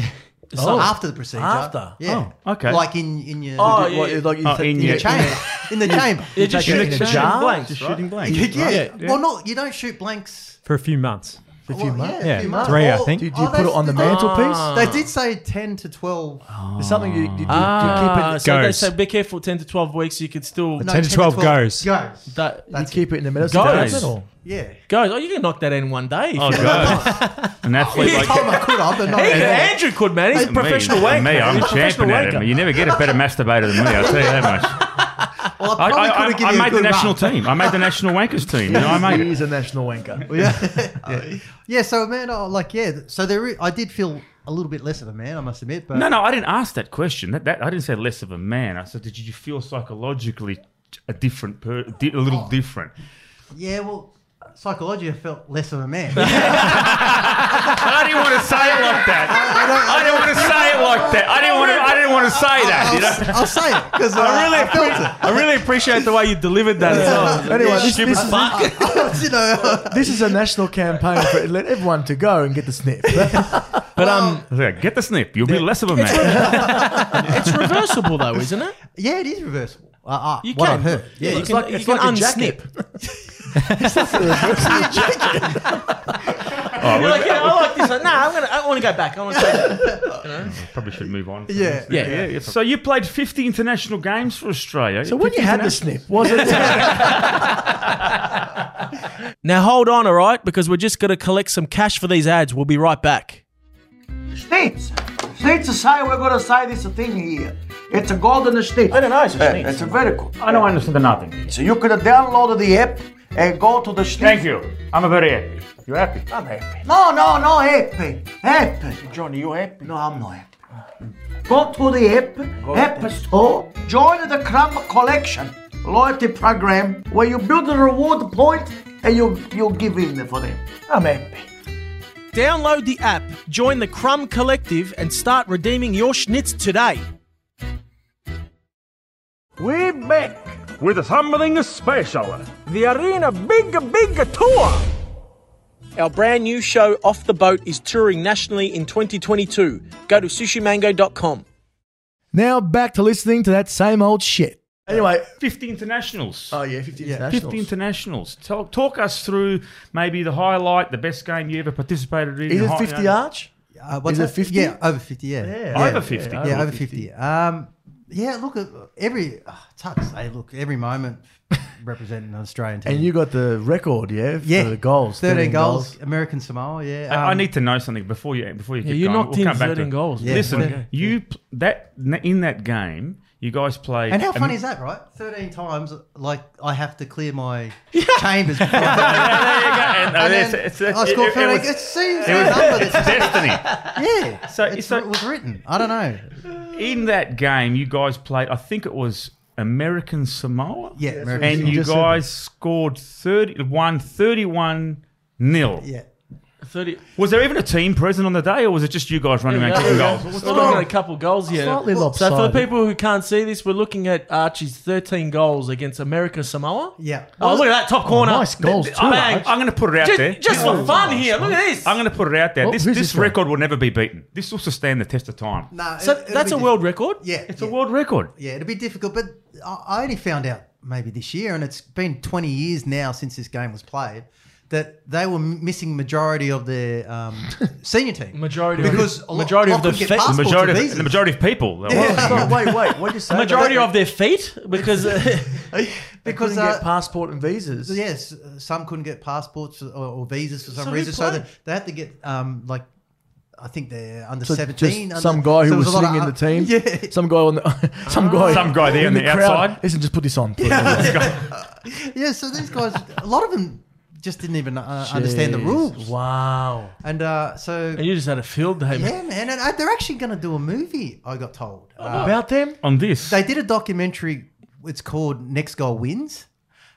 S3: Oh.
S5: after the procedure.
S3: After?
S5: yeah,
S2: Oh, okay.
S5: Like in in your
S3: Oh,
S5: in
S1: What, like you
S2: Oh,
S1: said-
S2: in
S1: you
S2: your-
S5: your chamber, in the chamber.
S3: Yeah, just
S1: Take it
S3: shoot
S1: in a
S3: shoot
S1: jar?
S3: blanks,
S2: Just
S3: right?
S2: shooting blanks.
S5: Yeah, yeah.
S3: Right. Yeah.
S5: Well, not you don't shoot blanks.
S6: for a few months.
S1: for a few
S5: Well,
S1: months.
S5: yeah, a
S6: Yeah,
S5: few months.
S6: three, I
S5: Or-
S6: think.
S1: Do, you- do
S5: oh,
S1: you put
S5: they-
S1: it on the
S5: they-
S1: mantelpiece?
S2: Ah.
S5: They did say ten to twelve.
S1: It's something you, you, you,
S3: Ah,
S1: you keep it.
S3: so they
S6: Goes.
S3: say be careful. Ten to twelve weeks, you could still
S5: No,
S6: 10 to 12 goes.
S5: Goes.
S3: that,
S1: You keep it in the medicine
S3: Goes.
S1: cabinet or-
S5: Yeah.
S3: guys. Oh, you can knock that in one day. if
S2: Oh
S3: you-
S2: god! An athlete like
S5: Tom, I could have, but not
S3: Hey,
S5: me.
S3: Andrew could man. He's a
S2: me,
S3: professional wanker.
S2: Me, I'm
S3: He's
S2: a
S3: a professional
S2: champion at it.
S3: wanker.
S2: You never get a better masturbator than me. I'll tell you that much.
S5: Well,
S2: I,
S5: I probably
S2: I,
S5: could have
S2: I,
S5: given
S2: I
S5: you a
S2: made the
S5: good
S2: national
S5: run.
S2: team. I made the national wankers team. You know, I made
S1: He
S2: it.
S1: is a national wanker.
S5: yeah. yeah, so man, I, like yeah, th- so there, i- I did feel a little bit less of a man, I must admit, but
S2: No, no, I didn't ask that question. That, that I didn't say less of a man. I said, did you feel psychologically a different, per, di- a little different?
S5: yeah, well, psychology, I felt less of a man.
S2: I didn't want to say it like that.
S5: I don't,
S2: I didn't want to say it like that. I didn't want to. I didn't want to say that. You know.
S5: I'll, I'll say it because I,
S3: I really,
S5: I felt
S3: appre- I really appreciate the way you delivered that as well.
S1: Anyway,
S3: You
S1: this-
S3: stupid
S1: this is-
S3: fuck.
S5: it. you know,
S1: This is a national campaign for let everyone to go and get the snip.
S3: But um,
S2: Yeah, Get the snip. You'll be less of a man.
S3: it's reversible though, isn't it?
S5: yeah, it is reversible. Uh, uh,
S3: You
S5: what
S3: can.
S5: I've heard.
S3: Yeah, you
S1: it's
S3: can,
S1: like-
S3: you
S1: it's
S3: can
S1: like a
S3: unsnip.
S1: jacket.
S2: Oh,
S3: You're
S2: well,
S3: like, yeah, I like this. Like, nah, I'm gonna, I want to go back. I want to take it.
S2: Probably should move on.
S5: Yeah.
S3: Yeah.
S2: yeah, yeah. So you played 50 international games for Australia.
S1: So when you had the snip, was it?
S3: Now hold on, all right, because we're just gonna collect some cash for these ads. We'll be right back.
S7: States. States is how we're gonna say this thing here. It's a golden state.
S3: don't know. It's a
S7: It's a very cool.
S2: I don't understand nothing.
S7: So you could download the app and go to the state.
S2: Thank you. I'm very happy. You happy?
S7: I'm happy. No, no, no, happy. Happy. Johnny, you happy? No, I'm not happy. Go to the app, app store, join the crumb collection loyalty program where you build a reward point and you you give in for them. I'm happy.
S3: Download the app, join the Crumb Collective, and start redeeming your schnitz today.
S8: We're back with something special. The Arena Big Big Tour.
S3: Our brand new show, Off the Boat, is touring nationally in 2022. Go to sushimango.com.
S1: now back to listening to that same old shit. Anyway,
S2: 50 internationals.
S1: oh yeah, fifty internationals.
S2: 50 internationals. Talk, talk us through maybe the highlight, the best game you ever participated in.
S1: is
S2: Your
S1: it
S2: hi-
S1: fifty arch?
S5: Uh, what's
S1: Is it
S5: that?
S1: 50?
S5: Yeah, over fifty. Yeah,
S1: Yeah.
S2: Over 50.
S5: yeah, over 50. Um, yeah, look, uh, every, uh, it's hard to say, look, every moment representing an Australian team.
S1: And you got the record, yeah? for
S5: yeah,
S1: the goals,
S5: 13, goals, American Samoa, yeah.
S2: I- I
S5: um,
S2: need to know something before you before you keep
S3: you
S2: going.
S3: knocked in
S2: come back to
S3: 13
S2: it.
S3: goals.
S5: Yeah.
S2: Listen,
S5: Okay.
S2: you pl- that in that game, you guys played.
S5: And how
S2: am-
S5: funny is that, right? 13 times, like, I have to clear my chambers. Before I,
S2: Yeah, there you go. And, uh,
S5: and
S2: it's-
S5: then
S2: it's-
S5: I
S2: it-
S5: scored
S2: it
S5: 13. It,
S2: was-
S5: seems
S2: it
S5: the
S2: was-
S5: number
S2: it's
S5: that's,
S2: destiny.
S5: yeah,
S2: So-
S5: it's,
S2: so-
S5: it was written. I don't know.
S2: In that game, you guys played. I think it was American Samoa.
S5: Yeah, American
S2: and
S5: Samoa.
S2: you
S1: Just said-
S2: guys scored 30, won 31 nil.
S5: Yeah.
S3: 30.
S2: Was there even a team present on the day, or was it just you guys running around kicking goals?
S3: We're looking at a couple goals here.
S1: Slightly
S3: So for
S1: lopsided.
S3: the people who can't see this, we're looking at Archie's 13 goals against America Samoa.
S5: Yeah.
S3: Oh, look at that top corner.
S1: nice goals too.
S2: Bang. I'm going to put it out there.
S3: Just, just for fun here. Look at this.
S2: I'm going to put it out there.
S1: Oh,
S2: this
S1: who's
S2: this,
S1: this guy?
S2: record will never be beaten. This will sustain the test of time.
S5: Nah,
S3: so
S5: it- it'll
S3: that's
S5: be
S3: a
S5: diff-
S3: world record.
S5: Yeah,
S2: It's
S5: yeah.
S2: a world record.
S5: Yeah, it'll be difficult, but I I only found out maybe this year, and it's been 20 years now since this game was played, that they were m- missing majority of their um, senior team.
S3: Majority of-
S5: because a lot-
S3: majority
S5: lot
S3: of the
S5: couldn't get
S3: fe- the
S5: passports
S2: The
S5: or
S2: majority, of,
S5: visas.
S2: the majority of people. though.
S1: Stop, wait, wait. What did you say?
S3: Majority of their feet because
S5: because
S1: couldn't
S5: uh,
S1: get passport and visas.
S5: yes, uh, some couldn't get passports or, or visas for some
S3: So who
S5: reason, so
S3: played?
S5: that they had to get um, like. I think they're under
S1: So
S5: seventeen.
S1: just
S5: under-
S1: some guy
S5: so
S1: who
S5: it
S1: was,
S5: a lot
S1: sitting
S5: of-
S1: in the team.
S5: Yeah,
S1: Some guy on the. Some guy.
S2: Some guy there on the
S1: crowd.
S2: outside.
S1: Listen, just put this on. Put it on.
S5: yeah. So these guys, a lot of them just didn't even uh, understand the
S1: Jeez.
S5: rules,
S3: wow.
S5: and uh, so
S3: And you just had a field day. man.
S5: Yeah, man, and uh, they're actually going to do a movie. I got told.
S3: Oh,
S5: Uh,
S1: About them.
S2: On this.
S5: they did a documentary. It's called Next Goal Wins,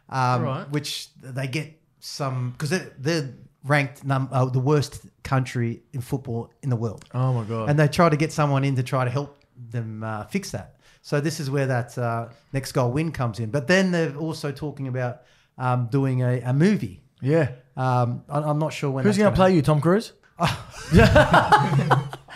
S5: um,
S3: Right.
S5: which they get some because they're, they're ranked num- uh, the worst country in football in the world.
S1: Oh my god.
S5: And they try to get someone in to try to help them uh, fix that. So this is where that uh, next goal win comes in. But then they're also talking about um, doing a, a movie.
S1: yeah.
S5: Um, I, I'm not sure when.
S1: Who's
S5: going to
S1: play you, Tom Cruise?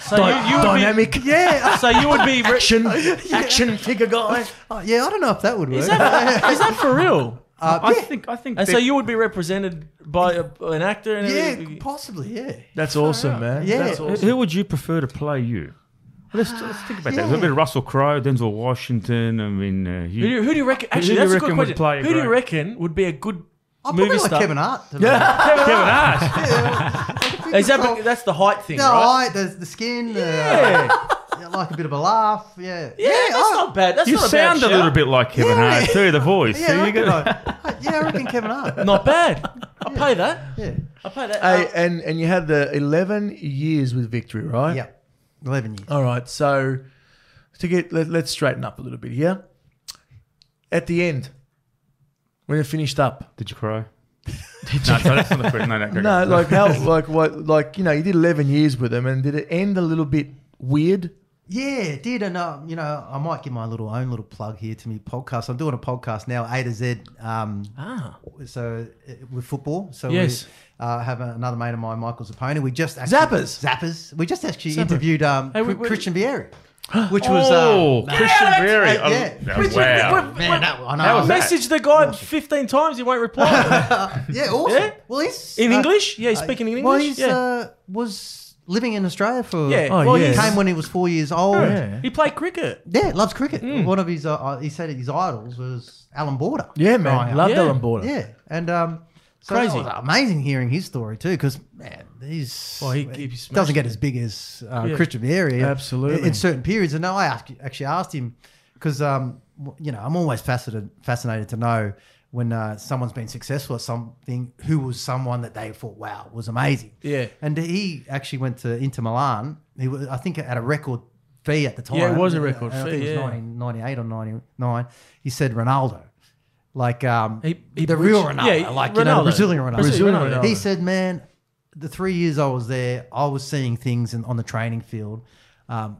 S3: So you, you would
S1: Dynamic.
S5: Yeah,
S3: Be, so you would be. Re-
S1: Action, action figure guy.
S5: uh, yeah. I don't know if that would work.
S3: is, that, is that for real?
S2: I think. I think.
S3: And
S2: they-
S3: so you would be represented by a, an actor. And
S5: yeah,
S3: everything.
S5: possibly. Yeah.
S1: That's awesome, man.
S5: Yeah.
S1: That's
S2: Who-
S1: awesome.
S2: Who would you prefer to play you? Let's, let's think about that. A bit of Russell Crowe, Denzel Washington. I mean, uh,
S3: Who do,
S2: Hugh.
S3: you- who do you reckon? Actually,
S2: do you
S3: that's a
S2: reckon
S3: good
S2: would
S3: question.
S2: play a
S3: Who do you
S2: great-
S3: reckon would be a good
S5: I probably
S3: movie
S5: like
S3: star?
S5: Kevin Hart.
S1: Yeah.
S2: Kevin Hart.
S3: Is that bec- that's the height thing,
S5: The
S3: right?
S5: eye, the, the skin. Yeah. I like a bit of a laugh. Yeah.
S3: Yeah, that's not bad. That's
S2: You
S3: not a
S2: sound
S3: bad
S2: a
S3: shout.
S2: little bit like Kevin
S5: Yeah.
S2: Hart through the voice.
S5: Yeah,
S2: so
S5: I
S2: you
S5: reckon,
S2: got-
S5: I, yeah, I reckon Kevin Hart.
S3: Not bad. I pay that.
S5: Yeah.
S3: I pay that.
S1: Hey,
S3: Uh,
S1: and and you had the eleven years with victory, right?
S5: Yeah. 11 years.
S1: All right. So to get let, let's straighten up a little bit here. At the end, when it finished up,
S2: Did you cry? no, so that's not the question. No, no, go,
S1: no,
S2: go.
S1: like how, like what, like you know, you did eleven years with them, and did it end a little bit weird?
S5: Yeah, it did. And, uh, you know, I might give my little own little plug here to me podcast. I'm doing a podcast now, A to Z. Um,
S3: ah,
S5: so uh, with football. So
S3: Yes.
S5: we uh, have another mate of mine, Michael Zappone. We just actually,
S1: Zappers?
S5: Zappers. We just actually interviewed um,
S3: Hey, we-
S5: Cr-
S3: we-
S5: Christian Vieri, which was
S2: Oh,
S5: uh,
S2: Christian Berry.
S5: Yeah. Yeah.
S2: Oh, wow.
S5: man, that, um, I know.
S2: That was that.
S3: message the guy 15 times. He won't reply
S5: Yeah, awesome.
S3: Yeah?
S5: Well, he's
S3: in
S5: uh,
S3: English. Yeah, he's
S5: uh,
S3: speaking in English.
S5: Well, he's
S3: yeah.
S5: uh, was living in Australia for.
S3: Yeah.
S1: Oh,
S3: well,
S1: yeah.
S5: He
S3: he's-
S5: came when he was four years old. Yeah,
S1: Yeah,
S3: he played cricket.
S5: loves cricket.
S3: Hmm.
S5: One of his, uh, uh, he said his idols was Alan Border.
S1: Oh, yeah, man,
S5: Growing up.
S1: loved
S3: Yeah.
S1: Alan Border.
S5: Yeah, and um, so
S3: Crazy.
S5: that was amazing hearing his story too, because man, he's
S3: Well, he-
S5: it
S3: he smashed
S5: doesn't get as big as uh,
S3: Yeah.
S5: Christian Vieri,
S1: Absolutely.
S5: in, in certain periods. And I ask, actually asked him because um, w- you know I'm always fascinated fascinated to know when uh, someone's been successful at something, who was someone that they thought wow was amazing.
S3: Yeah.
S5: and he actually went to Inter Milan. He was, I think at a record. Fee at the time.
S3: Yeah, it was a
S5: Uh,
S3: record
S5: I think
S3: fee,
S5: it was
S3: yeah.
S5: 1998 or 99. He said Ronaldo, like um,
S3: He- he
S5: the
S3: reached-
S5: real Ronaldo,
S3: yeah,
S5: like you know,
S3: Ronaldo.
S5: the Brazilian Ronaldo.
S3: Brazilian Ronaldo.
S5: He said, "Man, the three years I was there, I was seeing things in, on the training field um,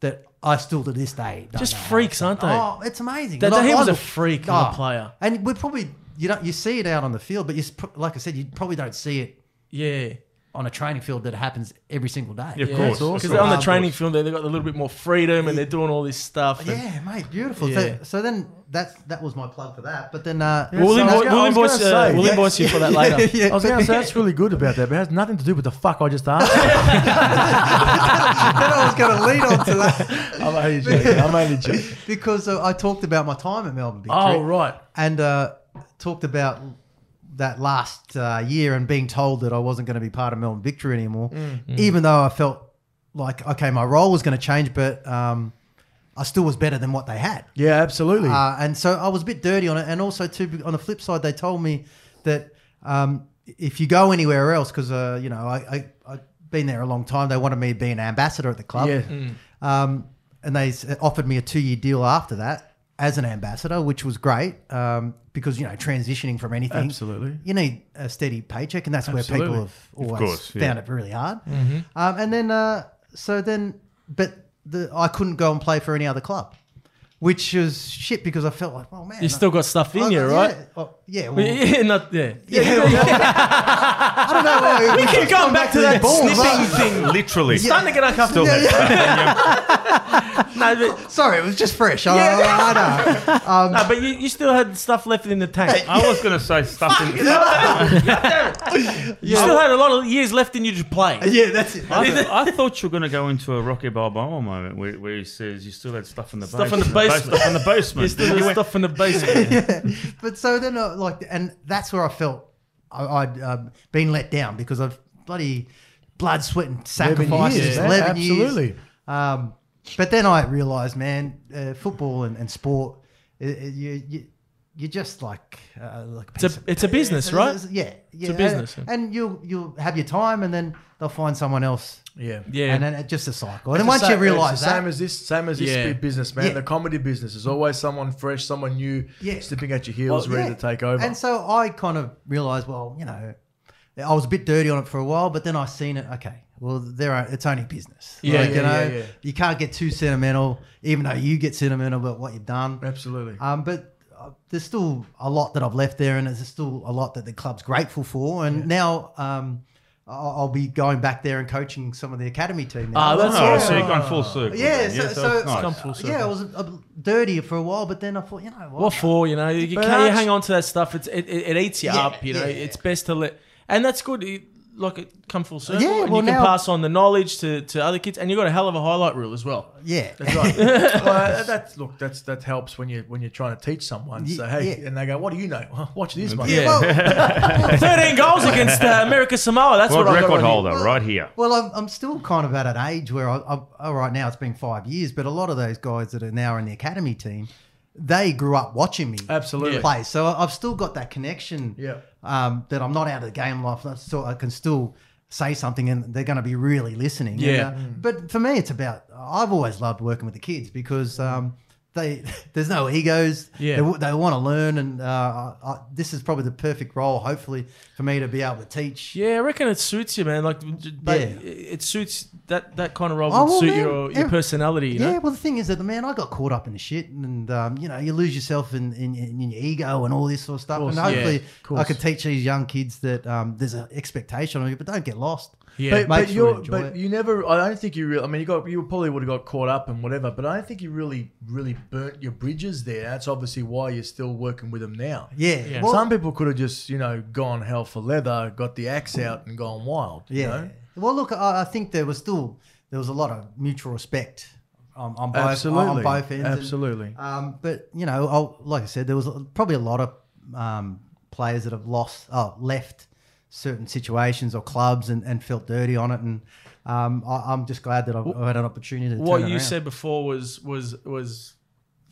S5: that I still to this day don't
S3: Just
S5: know how
S3: freaks,
S5: it's done."
S3: aren't they?
S5: Oh, it's amazing.
S3: That- that he
S5: I
S3: was a
S5: look- Oh,
S3: freak of a player.
S5: and we probably you don't you see it out on the field, but you s- pro- like I said, you probably don't see it
S3: Yeah.
S5: on a training field that happens every single day.
S2: Yeah, of
S3: Yeah,
S2: course.
S1: that's awesome.
S2: of
S3: Because
S2: course.
S3: on the
S5: Um,
S3: training film, they- they've got a little bit more freedom and they're doing all this stuff. and-
S5: Yeah, mate, beautiful.
S3: Yeah.
S5: So, so then that's that was my plug for that. But then uh,
S3: We'll,
S1: So I was
S3: invo-
S1: gonna-
S3: we'll
S1: I was
S3: invoice,
S1: gonna
S3: uh,
S1: say-
S3: we'll invoice you for that later.
S5: yeah,
S1: I was going to say that's really good about that, but it has nothing to do with the fuck I just asked. you.
S5: then I was going to lead on to that
S1: I'm only joking. I'm only joking.
S5: because uh, I talked about my time at Melbourne Victory.
S1: Oh right.
S5: and uh, talked about that last uh, year and being told that I wasn't going to be part of Melbourne Victory anymore,
S1: Mm,
S5: even though I felt like okay, my role was going to change, but um, I still was better than what they had.
S1: Yeah, absolutely.
S5: Uh, and so I was a bit dirty on it. And also, too, on the flip side, they told me that um, if you go anywhere else, because uh, you know I, I I've been there a long time, they wanted me to be
S1: mm.
S5: an ambassador at the club.
S1: Yeah.
S5: Um, and they s- offered me a two-year deal after that. as an ambassador, which was great um, because you know transitioning from anything,
S1: Absolutely.
S5: you need a steady paycheck, and that's where
S1: Absolutely.
S5: people have always
S2: course, yeah.
S5: found it really hard.
S3: Mm-hmm.
S5: Um, and then, uh, so then, but the I couldn't go and play for any other club, which was shit because I felt like, oh man,
S3: You still got stuff in
S5: I-
S3: you,
S5: yeah,
S3: right?
S5: oh, yeah, well,
S3: Yeah, yeah, not yeah. yeah.
S5: I don't know. we
S3: Keep going back to that
S5: balls,
S3: snipping
S5: right?
S3: thing.
S2: Literally.
S3: Starting to get uncomfortable.
S5: Yeah, yeah.
S3: No, but,
S5: Sorry, it was just fresh. I, I, I know.
S3: no, but you, you still had stuff left in the tank.
S2: I was going to say stuff in.
S3: You still had a lot of years left in you to play.
S5: Yeah, that's it.
S2: I, th- I thought you were going to go into a Rocky Balboa moment where, where he says you still had stuff in the
S3: Stuff in
S2: basement.
S3: the basement.
S2: Stuff in the basement.
S3: You still had stuff in the basement.
S5: But so then, uh, like, and that's where I felt I, I'd um, been let down because I've bloody blood, sweat, and sacrifices.
S1: years, man,
S5: 11 years.
S1: absolutely.
S5: Um, but then I realised, man, uh, football and, and sport, it, it- you, you, you're just like, uh, like a
S3: It's
S5: piece
S3: a
S5: of-
S3: it's a business,
S5: it's-
S3: right?
S5: it's- yeah, yeah.
S3: business, yeah.
S5: And, and you'll you'll have your time, and then they'll find someone else.
S1: Yeah.
S3: Yeah.
S5: And then it, just a cycle. And then
S1: It's
S5: once
S1: the
S5: you
S1: same- it's
S5: realise
S1: the
S5: that,
S1: same as this, same as this
S3: Yeah.
S1: big business, man.
S5: Yeah.
S1: The comedy business is always someone fresh, someone new,
S5: Yeah.
S1: slipping at your heels, ready
S5: Yeah.
S1: to take over.
S5: And so I kind of realized, well, you know, I was a bit dirty on it for a while, but then I seen it. Okay, well, there are, it's only business.
S3: Yeah,
S5: Like,
S1: yeah,
S5: you know,
S1: yeah, yeah.
S5: you can't get too sentimental, even though you get sentimental about what you've done.
S1: Absolutely.
S5: Um, but uh, there's still a lot that I've left there, and there's still a lot that the club's grateful for. And now um, I- I'll be going back there and coaching some of the academy team. Now.
S3: Ah, that's
S2: Oh,
S3: all.
S2: so you've gone full circle.
S5: yeah,
S2: then.
S5: so,
S2: so
S5: so,
S2: it's nice.
S3: come full circle.
S5: yeah, I was uh, dirty for a while, but then I thought, you know what?
S3: What for? You know, you, you
S5: But
S3: can't you
S5: that's-
S3: hang on to that stuff. It's, it, it, it eats you
S5: Yeah,
S3: up. You know,
S5: yeah.
S3: it's best to let. And that's good. It, like it come full circle,
S5: Yeah,
S3: and
S5: well,
S3: you can
S5: now-
S3: pass on the knowledge to, to other kids, and you have got a hell of a highlight rule as well.
S5: Yeah,
S1: That's right. well, that's look. That's that helps when you when you're trying to teach someone.
S5: Ye-
S1: So hey,
S5: yeah.
S1: and they go, "What do you know? Well, watch this one."
S5: yeah. Well,
S3: Thirteen goals against uh, America Samoa. That's
S2: World
S3: what I got
S2: record
S3: on here.
S2: holder right here.
S5: Well, I'm, I'm still kind of at an age where I, I, oh, right now it's been five years, but a lot of those guys that are now in the academy team, they grew up watching me
S1: Absolutely.
S5: play. So I- I've still got that connection
S1: Yeah.
S5: um, that I'm not out of the game life. that's So I can still say something and they're going to be really listening. And,
S3: Yeah.
S5: uh, but for me, it's about, I've always loved working with the kids because. Um, they, there's no egos.
S3: Yeah.
S5: They, w- they want to learn, and uh, I, I, this is probably the perfect role, hopefully, for me to be able to teach.
S3: Yeah, I reckon it suits you, man. Like, but
S5: Yeah.
S3: it suits that that kind of role
S5: Oh,
S3: would
S5: well,
S3: suit
S5: man,
S3: your your
S5: yeah.
S3: personality. You
S5: Yeah,
S3: know?
S5: well, the thing is that man, I got caught up in the shit, and um, you know, you lose yourself in, in, in your ego and all this sort of stuff. and
S3: yeah,
S5: hopefully,
S3: of course.
S5: I could teach these young kids that um, there's an expectation on you, but don't get lost.
S3: Yeah.
S1: But,
S5: Make
S1: but,
S5: sure you
S1: you're,
S5: enjoy
S1: but
S5: it.
S1: you never. I don't think you really. I mean, you got. You probably would have got caught up and whatever. But I don't think you really, really burnt your bridges there. That's obviously why you're still working with them now.
S5: yeah,
S3: Yeah.
S5: Well,
S1: Some people could have just, you know, gone hell for leather, got the axe out, and gone wild. You
S5: yeah.
S1: know?
S5: Well, look, I, I think there was still there was a lot of mutual respect um, on both
S1: absolutely,
S5: on both ends. and-
S1: absolutely.
S5: Um, but you know, I'll, like I said, there was probably a lot of um, players that have lost, oh, left certain situations or clubs and, and felt dirty on it. And um, I, I'm just glad that I've, I've had an opportunity. to
S3: what
S5: turn it
S3: you
S5: around.
S3: said before was was was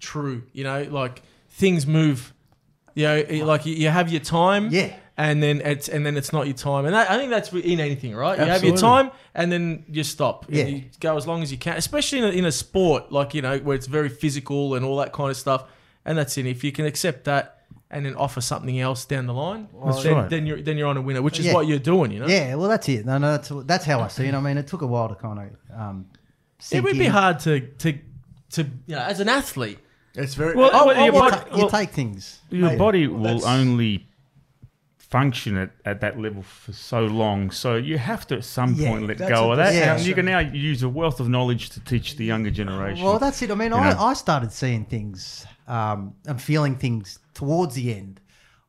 S3: true. You know, like things move. You know, it- like you- you have your time.
S5: Yeah.
S3: And then it's and then it's not your time, and that, I think that's in anything, right? You have your
S1: Absolutely.
S3: time, and then you stop.
S5: Yeah.
S3: You go as long as you can, especially in a, in a sport like you know where it's very physical and all that kind of stuff. And that's it. If you can accept that, and then offer something else down the line, then,
S2: right.
S3: then you're then you're on a winner, which is
S5: Yeah.
S3: what you're doing. You know,
S5: Yeah, well, that's it. No, no, that's, that's how I see it. I mean, it took a while to kind of. Um,
S3: it
S5: sink
S3: would be
S5: in.
S3: hard to to to you know, as an athlete.
S1: It's very.
S2: Well,
S3: Oh,
S2: well,
S3: oh,
S2: your,
S3: well,
S5: You,
S2: body,
S5: ta- you take things.
S2: your body will
S1: that's-
S2: only function at, at that level for so long. So you have to at some
S5: Yeah,
S2: point let
S1: that's
S2: go
S1: a-
S2: of that.
S5: yeah.
S2: And you can now use a wealth of knowledge to teach the younger generation.
S5: Well, that's it. I mean,
S2: You know.
S5: I, I started seeing things um, and feeling things towards the end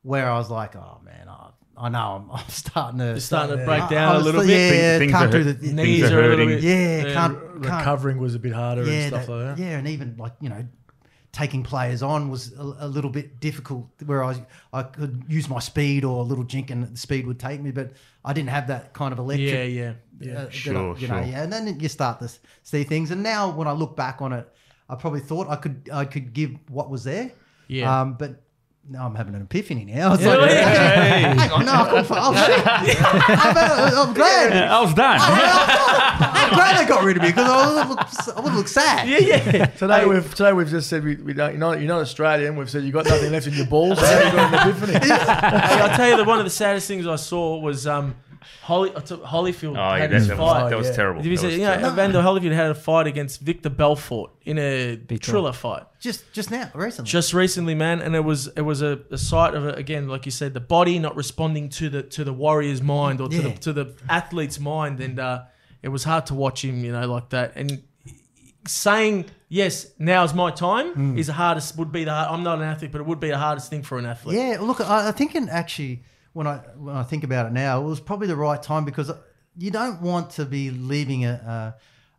S5: where I was like, oh, man, I, I know I'm, I'm starting to.
S3: Just starting to
S5: I-
S3: break
S5: I
S3: down a
S5: was
S3: little
S5: like,
S3: bit.
S5: Yeah,
S2: Things
S5: can't
S2: are hurt-
S5: do the.
S2: things
S3: Knees
S2: are
S3: are a
S2: hurting.
S3: little bit.
S5: Yeah,
S3: Yeah,
S5: can't, can't
S1: recovering was a bit harder
S5: yeah,
S1: and stuff
S5: that-
S1: like that.
S5: yeah, and even like you know, taking players on was a, a little bit difficult. Where I was, I could use my speed or a little jink, and the speed would take me, but I didn't have that kind of electric.
S3: Yeah, yeah.
S5: yeah,
S2: Sure,
S5: uh, you know,
S2: sure.
S5: yeah, and then you start to s- see things. And now when I look back on it, I probably thought I could I could give what was there.
S3: Yeah.
S5: um, but. now I'm having an epiphany now. It's
S3: Yeah.
S5: like, hang on, no, I couldn't. Oh shit! uh, I'm, I'm glad.
S2: I was done.
S5: I'm glad glad they got rid of me because I would look, I would look sad.
S3: Yeah, yeah.
S1: Today we've today we've just said we, we don't you're not you're not Australian. We've said you got nothing left in your balls. So you got an epiphany.
S3: Hey, I'll tell you that one of the saddest things I saw was um, Holly, I took-
S2: Oh,
S3: Holyfield
S2: yeah,
S3: had
S2: that,
S3: his
S2: that
S3: fight.
S2: was, that was
S1: yeah.
S2: terrible.
S3: Did you
S2: That
S3: see-
S2: was
S3: you know,
S2: terrible.
S3: Evander Holyfield had a fight against Victor Belfort in a Triller fight
S5: Just just now, recently.
S3: just recently, man, and it was it was a, a sight of again, like you said, the body not responding to the to the warrior's mind or to the
S5: Yeah.
S3: to the athlete's mind, and uh, it was hard to watch him, you know, like that. And saying yes, now's my time
S5: Hmm.
S3: is the hardest. Would be the hard, I'm not an athlete, but it would be the hardest thing for an athlete.
S5: Yeah, look, I, I think in actually when I when I think about it now, it was probably the right time because you don't want to be leaving a,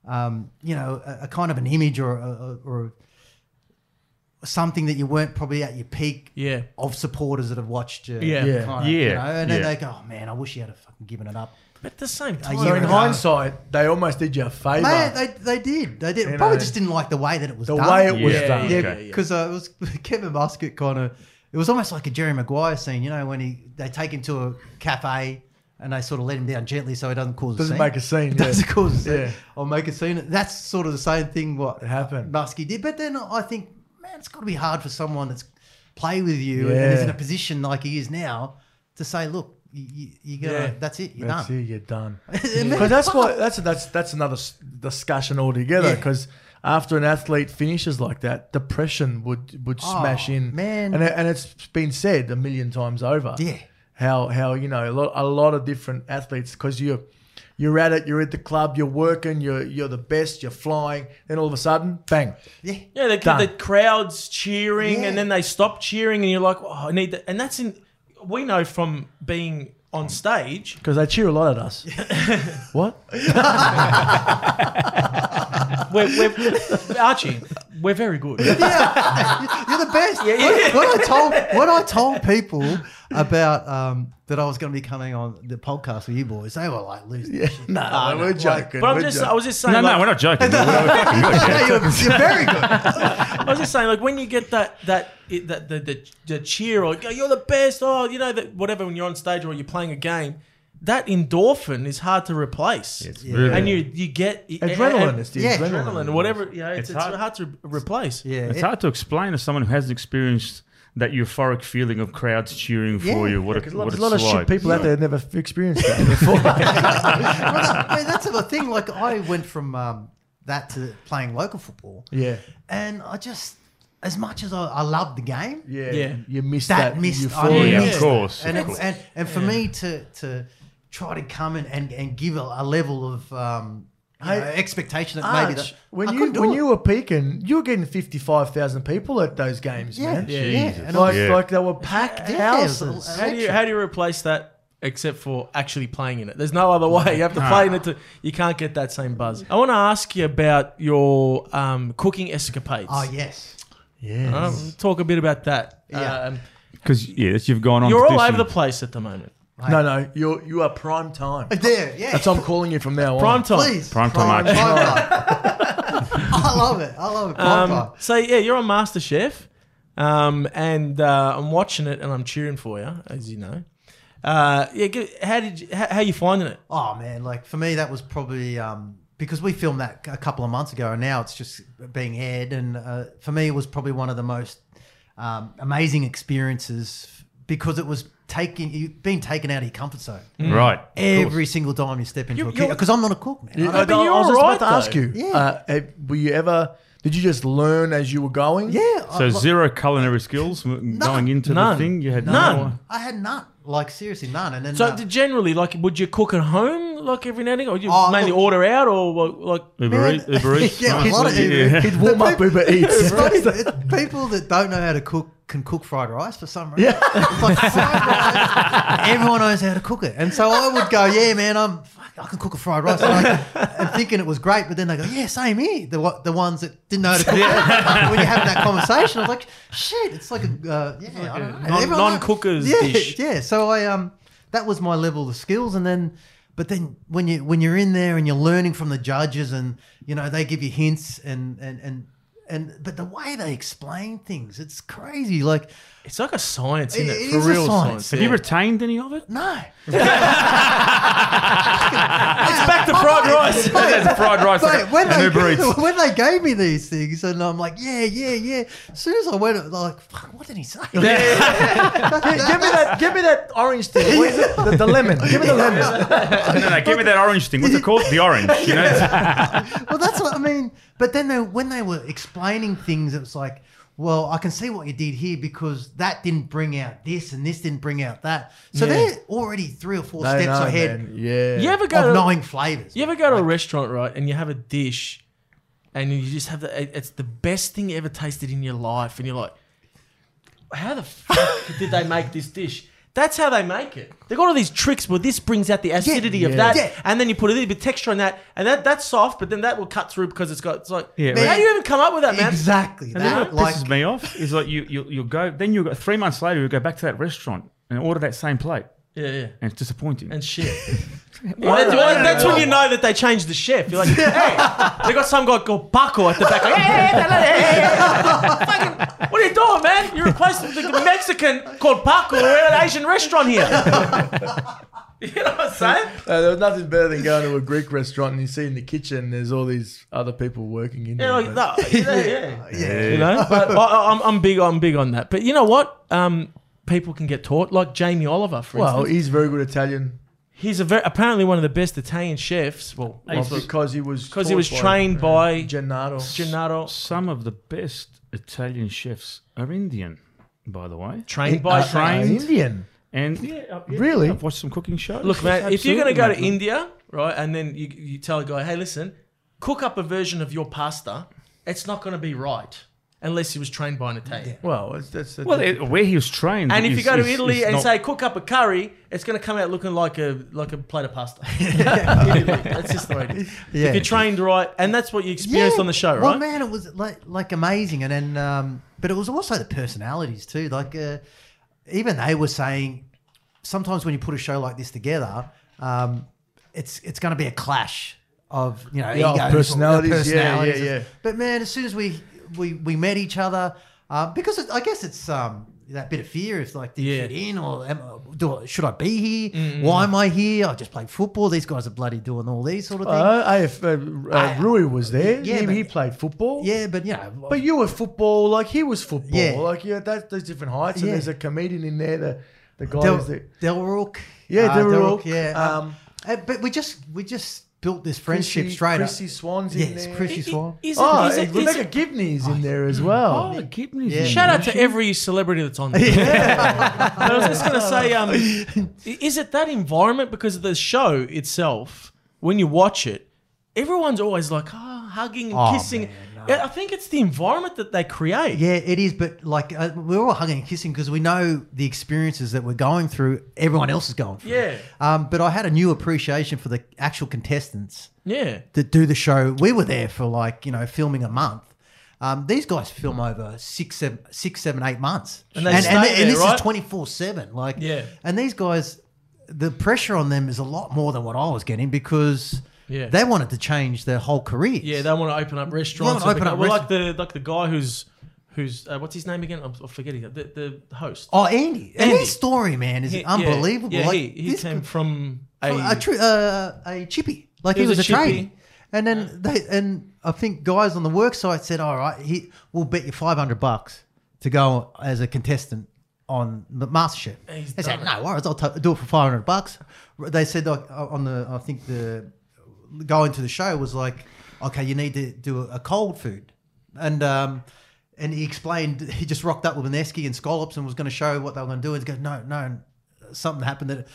S5: a um, you know a, a kind of an image or a, a- or something that you weren't probably at your peak
S3: Yeah.
S5: of supporters that have watched you.
S3: Yeah.
S1: Yeah.
S5: kind of,
S2: Yeah.
S5: You know, and then
S2: Yeah.
S5: they go, oh man, I wish you had have fucking given it up.
S3: But at the same time,
S1: So
S5: year
S1: in
S5: ago.
S1: hindsight, they almost did you a favour.
S5: Man, they, they did. They did.
S1: You
S5: probably
S1: know,
S5: just didn't like the way that it was
S1: the
S5: done.
S1: way it was
S2: Yeah.
S1: done.
S2: Yeah.
S5: Yeah,
S2: Okay.
S5: because uh, it was Kevin Muscat kind of. It was almost like a Jerry Maguire scene, you know, when he they take him to a cafe and they sort of let him down gently so he doesn't cause
S1: Doesn't
S5: a scene.
S1: make a scene, yeah.
S5: Doesn't cause a scene.
S1: Yeah.
S5: Or make a scene. That's sort of the same thing what
S1: It happened.
S5: Muskie did. But then I think, man, it's got to be hard for someone that's play with you and is
S1: Yeah.
S5: in a position like he is now to say, look, you, you, you gotta,
S3: Yeah.
S5: that's it, you're
S1: That's
S5: done.
S1: it. You're done.
S5: And then-
S1: Because that's what that's that's that's another s- discussion altogether.
S5: Yeah.
S1: Because after an athlete finishes like that, depression would would
S5: Oh,
S1: smash in.
S5: man.
S1: and it, and it's been said a million times over.
S5: Yeah.
S1: how how you know a lot a lot of different athletes because you're you're at it, you're at the club, you're working, you're you're the best, you're flying, then all of a sudden, bang.
S5: Yeah.
S3: Yeah, the,
S1: Done.
S3: the crowd's cheering,
S5: Yeah.
S3: and then they stop cheering, and you're like, oh, I need that. And that's in, we know from being on stage.
S1: Because they cheer a lot at us. what?
S3: We're, we're, Archie, we're very good.
S5: Yeah, you're the best. When, when I told when I told people about um, that I was going to be coming on the podcast with you boys, they were like losing. their shit.
S1: No, we're joking.
S3: But I'm
S1: we're
S3: just,
S1: joking.
S3: I was just saying,
S2: No,
S3: like,
S2: no, we're not joking. We're- we're fucking good, yeah.
S5: Yeah, you're, you're very good.
S3: I was just saying, like when you get that that it, that the, the the cheer or "Oh, you're the best, oh, you know that whatever when you're on stage or you're playing a game, that endorphin is hard to replace.
S2: It's really-
S3: and you you get
S1: Adrenaline
S3: and-
S1: is the
S5: Yeah,
S1: adrenaline.
S3: adrenaline, whatever. You know,
S2: It's
S3: it's, it's hard.
S2: hard.
S3: to re- replace.
S5: Yeah,
S2: It's
S5: it-
S2: hard to explain to someone who hasn't experienced that euphoric feeling of crowds cheering for
S5: Yeah.
S2: you. What, it,
S1: There's
S2: what
S1: lots-
S2: it's
S1: a lot of
S2: like.
S1: shit people out there never f- experienced that before.
S5: well, that- I mean, that's the thing. Like I went from um, that to playing local football,
S1: yeah.
S5: and I just as much as I, I love the game,
S1: yeah,
S3: Yeah.
S1: You missed that,
S5: that missed
S1: euphoria.
S2: Yeah, of
S5: missed
S2: course,
S5: that. And,
S2: of
S5: it's-
S2: course.
S5: and and for me to to try to come in and and give a, a level of um, you
S1: Hey,
S5: know, expectation that maybe
S1: Arch,
S5: that,
S1: when
S5: I
S1: you
S5: couldn't do
S1: when
S5: it.
S1: you were peaking, you were getting fifty five thousand people at those games,
S5: yeah,
S1: man.
S5: yeah,
S2: Jesus.
S5: and I
S1: Like
S5: was,
S2: Yeah.
S1: like they were packed
S5: Yeah, it was
S1: houses.
S5: a-
S3: How do you how do you replace that except for actually playing in it? There's no other way. You have to play in it. To, you can't get that same buzz. I want to ask you about your um, cooking escapades.
S5: oh yes,
S1: yeah.
S3: Um, talk a bit about that.
S5: Yeah.
S3: Um,
S2: Because yes, you've gone on.
S3: you're
S2: to do
S3: all over
S2: some-
S3: the place at the moment.
S5: uh,
S1: No, no, you you are prime time.
S5: there, yeah.
S1: That's what I'm calling you from now on.
S3: Prime time.
S5: Please,
S2: Prime time,
S5: Prime time. I love it. I love it. Prime time.
S3: Um, so yeah, you're on MasterChef, um, and uh, I'm watching it and I'm cheering for you, as you know. Uh, yeah, give, how did you, how, how you finding it?
S5: Oh man, like for me that was probably um, because we filmed that a couple of months ago, and now it's just being aired. And uh, for me, it was probably one of the most um, amazing experiences because it was taking you being taken out of your comfort zone
S2: right. of
S5: every
S2: course.
S5: single time you step into
S3: You-
S5: a kitchen.
S3: you're-
S5: Because I'm not a cook, man.
S1: You-
S5: I
S1: I,
S5: don't-
S3: but
S1: I
S3: you're
S1: was just
S3: alright
S1: about to ask
S3: though.
S1: you.
S5: Yeah.
S1: Uh, eh, were you ever? Did you just learn as you were going?
S5: yeah, I,
S2: So
S5: like,
S2: zero culinary skills m- going into
S3: None.
S2: the thing. You had
S3: None.
S5: I had none. Like seriously, none. And then
S3: So
S5: uh,
S3: d- generally, like, would you cook at home, like every now and again, or you
S5: Oh,
S3: mainly
S5: look-
S3: order out, or well, like?
S2: No, Uber,
S5: Man.
S2: Eats- Uber Eats.
S5: Yeah, a lot of
S2: Yeah.
S5: Uber Eats.
S1: He'd warm up Uber Eats.
S5: It's funny, it- people that don't know how to cook can cook fried rice for some reason.
S1: Yeah.
S5: It's like fried rice, everyone knows how to cook it. And so I would go, yeah, man, I'm, fuck, I can cook a fried rice. And, I- and thinking it was great, but then they go, yeah, same here. The, wa- the ones that didn't know how to cook it. when you're having that conversation, I was like, shit, it's like a, uh, yeah, I don't know.
S3: non-
S5: Everyone-
S3: non-cooker's
S5: yeah,
S3: dish.
S5: Yeah, so I, um, that was my level of skills. And then, but then when you when you're in there and you're learning from the judges and you know they give you hints and and and and but the way they explain things, it's crazy. Like
S3: It's like a science,
S5: it,
S3: isn't
S5: it
S3: it?
S5: is
S3: For real
S5: a science.
S2: Have you retained any of it?
S5: no,
S3: It's back to fried rice.
S2: That's fried rice.
S5: Mate, when,
S2: and Uber
S5: they,
S2: Eats.
S5: when they gave me these things, and I'm like, yeah, yeah, yeah. As soon as I went, like, fuck, what did he say?
S1: give me that. Give me that orange thing. What is it? The, the lemon. Give me the lemon.
S2: No, no, give me that orange thing. What's it called? The orange. You know,
S5: well, that's what I mean. But then they, when they were explaining things, it was like, well, I can see what you did here because that didn't bring out this and this didn't bring out that. So
S1: Yeah.
S5: they're already three or four
S1: I
S5: steps
S1: know,
S5: ahead
S1: man. Yeah.
S3: You ever go
S5: of
S3: to,
S5: knowing flavors.
S3: You ever go to a restaurant, right, and you have a dish, and you just have the it- it's the best thing you ever tasted in your life, and you're like, how the fuck did they make this dish? That's how they make it. They got all these tricks where this brings out the acidity of
S1: Yeah.
S3: that,
S5: Yeah.
S3: and then you put a little bit of texture on that, and that that's soft, but then that will cut through because it's got it's like
S2: Yeah,
S3: man, how
S5: right.
S3: do you even come up with that, man?
S5: Exactly.
S2: And then
S5: that,
S2: what
S5: like,
S2: pisses me off is like you, you you'll go then you will go three months later you'll go back to that restaurant and order that same plate
S3: Yeah, yeah,
S2: and it's disappointing.
S3: and shit. Well, that's- well, that's when you know that they changed the chef. You're like, hey, they got some guy called Buckle at the back. Like, hey, hey, hey, hey, hey, hey, hey, hey. Fucking, what are you doing, man? You replaced the Mexican called Buckle. We're at an Asian rrestaurant here. you know what I'm saying?
S1: Uh, there was nothing better than going to a Greek restaurant and you see in the kitchen there's all these other people working in
S3: Yeah,
S1: there.
S3: like,
S1: but-
S3: no, yeah, yeah. You know, but I- I, I'm, I'm big, I'm big on that. But you know what? Um, people can get taught, like Jamie Oliver, for
S1: Well,
S3: instance.
S1: he's very good Italian.
S3: He's a very, apparently one of the best Italian chefs. Well,
S1: Well, because he was
S3: because he
S1: taught
S3: was
S1: by
S3: trained by
S1: Gennaro.
S3: Gennaro.
S2: Some of the best Italian chefs are Indian, by the way.
S3: Trained by
S1: Uh,
S2: trained.
S1: he's Indian.
S2: And yeah, uh, yeah,
S1: Really?
S2: I've watched some cooking shows.
S3: Look, man, if you're going to
S2: Absolutely,
S3: go to
S2: mate.
S3: India, right, and then you, you tell a guy, hey, listen, cook up a version of your pasta, it's not going to be right unless he was trained by an Italian.
S1: Well, it's, that's, that's
S2: well, it, where he was trained.
S3: And if
S2: is-
S3: you go to
S2: is-
S3: Italy
S2: is
S3: and
S2: not-
S3: say cook up a curry, it's going to come out looking like a like a plate of pasta. Italy, that's just the way it is.
S5: Yeah.
S3: If you're trained right, and that's what you experienced
S5: Yeah.
S3: on the show, right?
S5: Well, man, it was like like amazing, and then um, but it was also the personalities too. Like uh, even they were saying, sometimes when you put a show like this together, um, it's it's going to be a clash of you know
S1: Yeah, of
S5: egos or
S1: personalities. Yeah, yeah, yeah.
S5: But man, as soon as we we we met each other, uh, because it, I guess it's um. That bit of fear is like, did you
S3: Yeah.
S5: fit in or am, I- do I, should I be here?
S1: Mm-hmm.
S5: Why am I here? I just play football. These guys are bloody doing all these sort of things.
S1: Uh, AF, uh, uh,
S5: I-
S1: Rui was there.
S5: Yeah,
S1: he,
S5: but-
S1: he played football.
S5: yeah, but you know,
S1: But you were football, like he was football.
S5: Yeah.
S1: Like, yeah, that's those different heights.
S5: Yeah.
S1: And there's a comedian in there, the, the guy
S5: Del,
S1: who's there.
S5: Delrook.
S1: Yeah, Delrook.
S5: Yeah.
S1: Um,
S5: Um, uh, but we just we just built this friendship
S1: Chrissy,
S5: straight
S1: Chrissy
S5: up.
S1: Swan's in
S5: Yes,
S1: there.
S5: Chrissy Swan.
S3: Is it-
S1: Oh,
S3: is
S1: and
S3: it- is
S1: Rebecca
S3: it-
S1: Gibney's in there as well.
S2: Oh, Gibney's
S5: Yeah.
S2: in
S3: Shout
S2: there.
S3: out to every celebrity that's on there. But I was just going to say, um, i- is it that environment? Because the show itself, when you watch it, everyone's always like, oh, hugging and
S5: Oh,
S3: kissing.
S5: man,
S3: I I think it's the environment that they create.
S5: Yeah, it is. But like uh, we're all hugging and kissing because we know the experiences that we're going through. Everyone else is going through.
S3: Yeah.
S5: Um, but I had a new appreciation for the actual contestants
S3: Yeah.
S5: that do the show. We were there for like you know filming a month. Um, these guys film over six, seven, six, seven, eight months,
S3: Hmm. And they stay there,
S5: this
S3: right?
S5: is twenty four seven. Like,
S3: Yeah.
S5: And these guys, the pressure on them is a lot more than what I was getting because
S3: Yeah.
S5: they wanted to change their whole career.
S3: Yeah, they want to open up restaurants.
S5: They
S3: and
S5: wanna open
S3: become-
S5: up
S3: well, like the like the guy who's who's uh, what's his name again? I'm, I'm forgetting the, the host.
S5: Oh, Andy, and
S3: Andy.
S5: his story, man, is
S3: He- yeah,
S5: unbelievable.
S3: Yeah,
S5: Like,
S3: he, he
S5: this-
S3: came from
S5: a,
S3: a,
S5: tri- uh, a chippy. Like
S3: He
S5: he,
S3: was
S5: was,
S3: a
S5: a,
S3: chippy.
S5: tradie. And then they and I think guys on the work site said, "All right, he, we'll bet you five hundred bucks to go as a contestant on the MasterChef."
S3: he's
S5: They said,
S3: done
S5: "No worries, I'll t- do it for five hundred bucks." They said like, uh, on the I think the going to the show was like, "Okay, you need to do a, a cold food," and um, and he explained he just rocked up with an esky and scallops and was going to show what they were going to do, and he goes, "No, no, something happened that."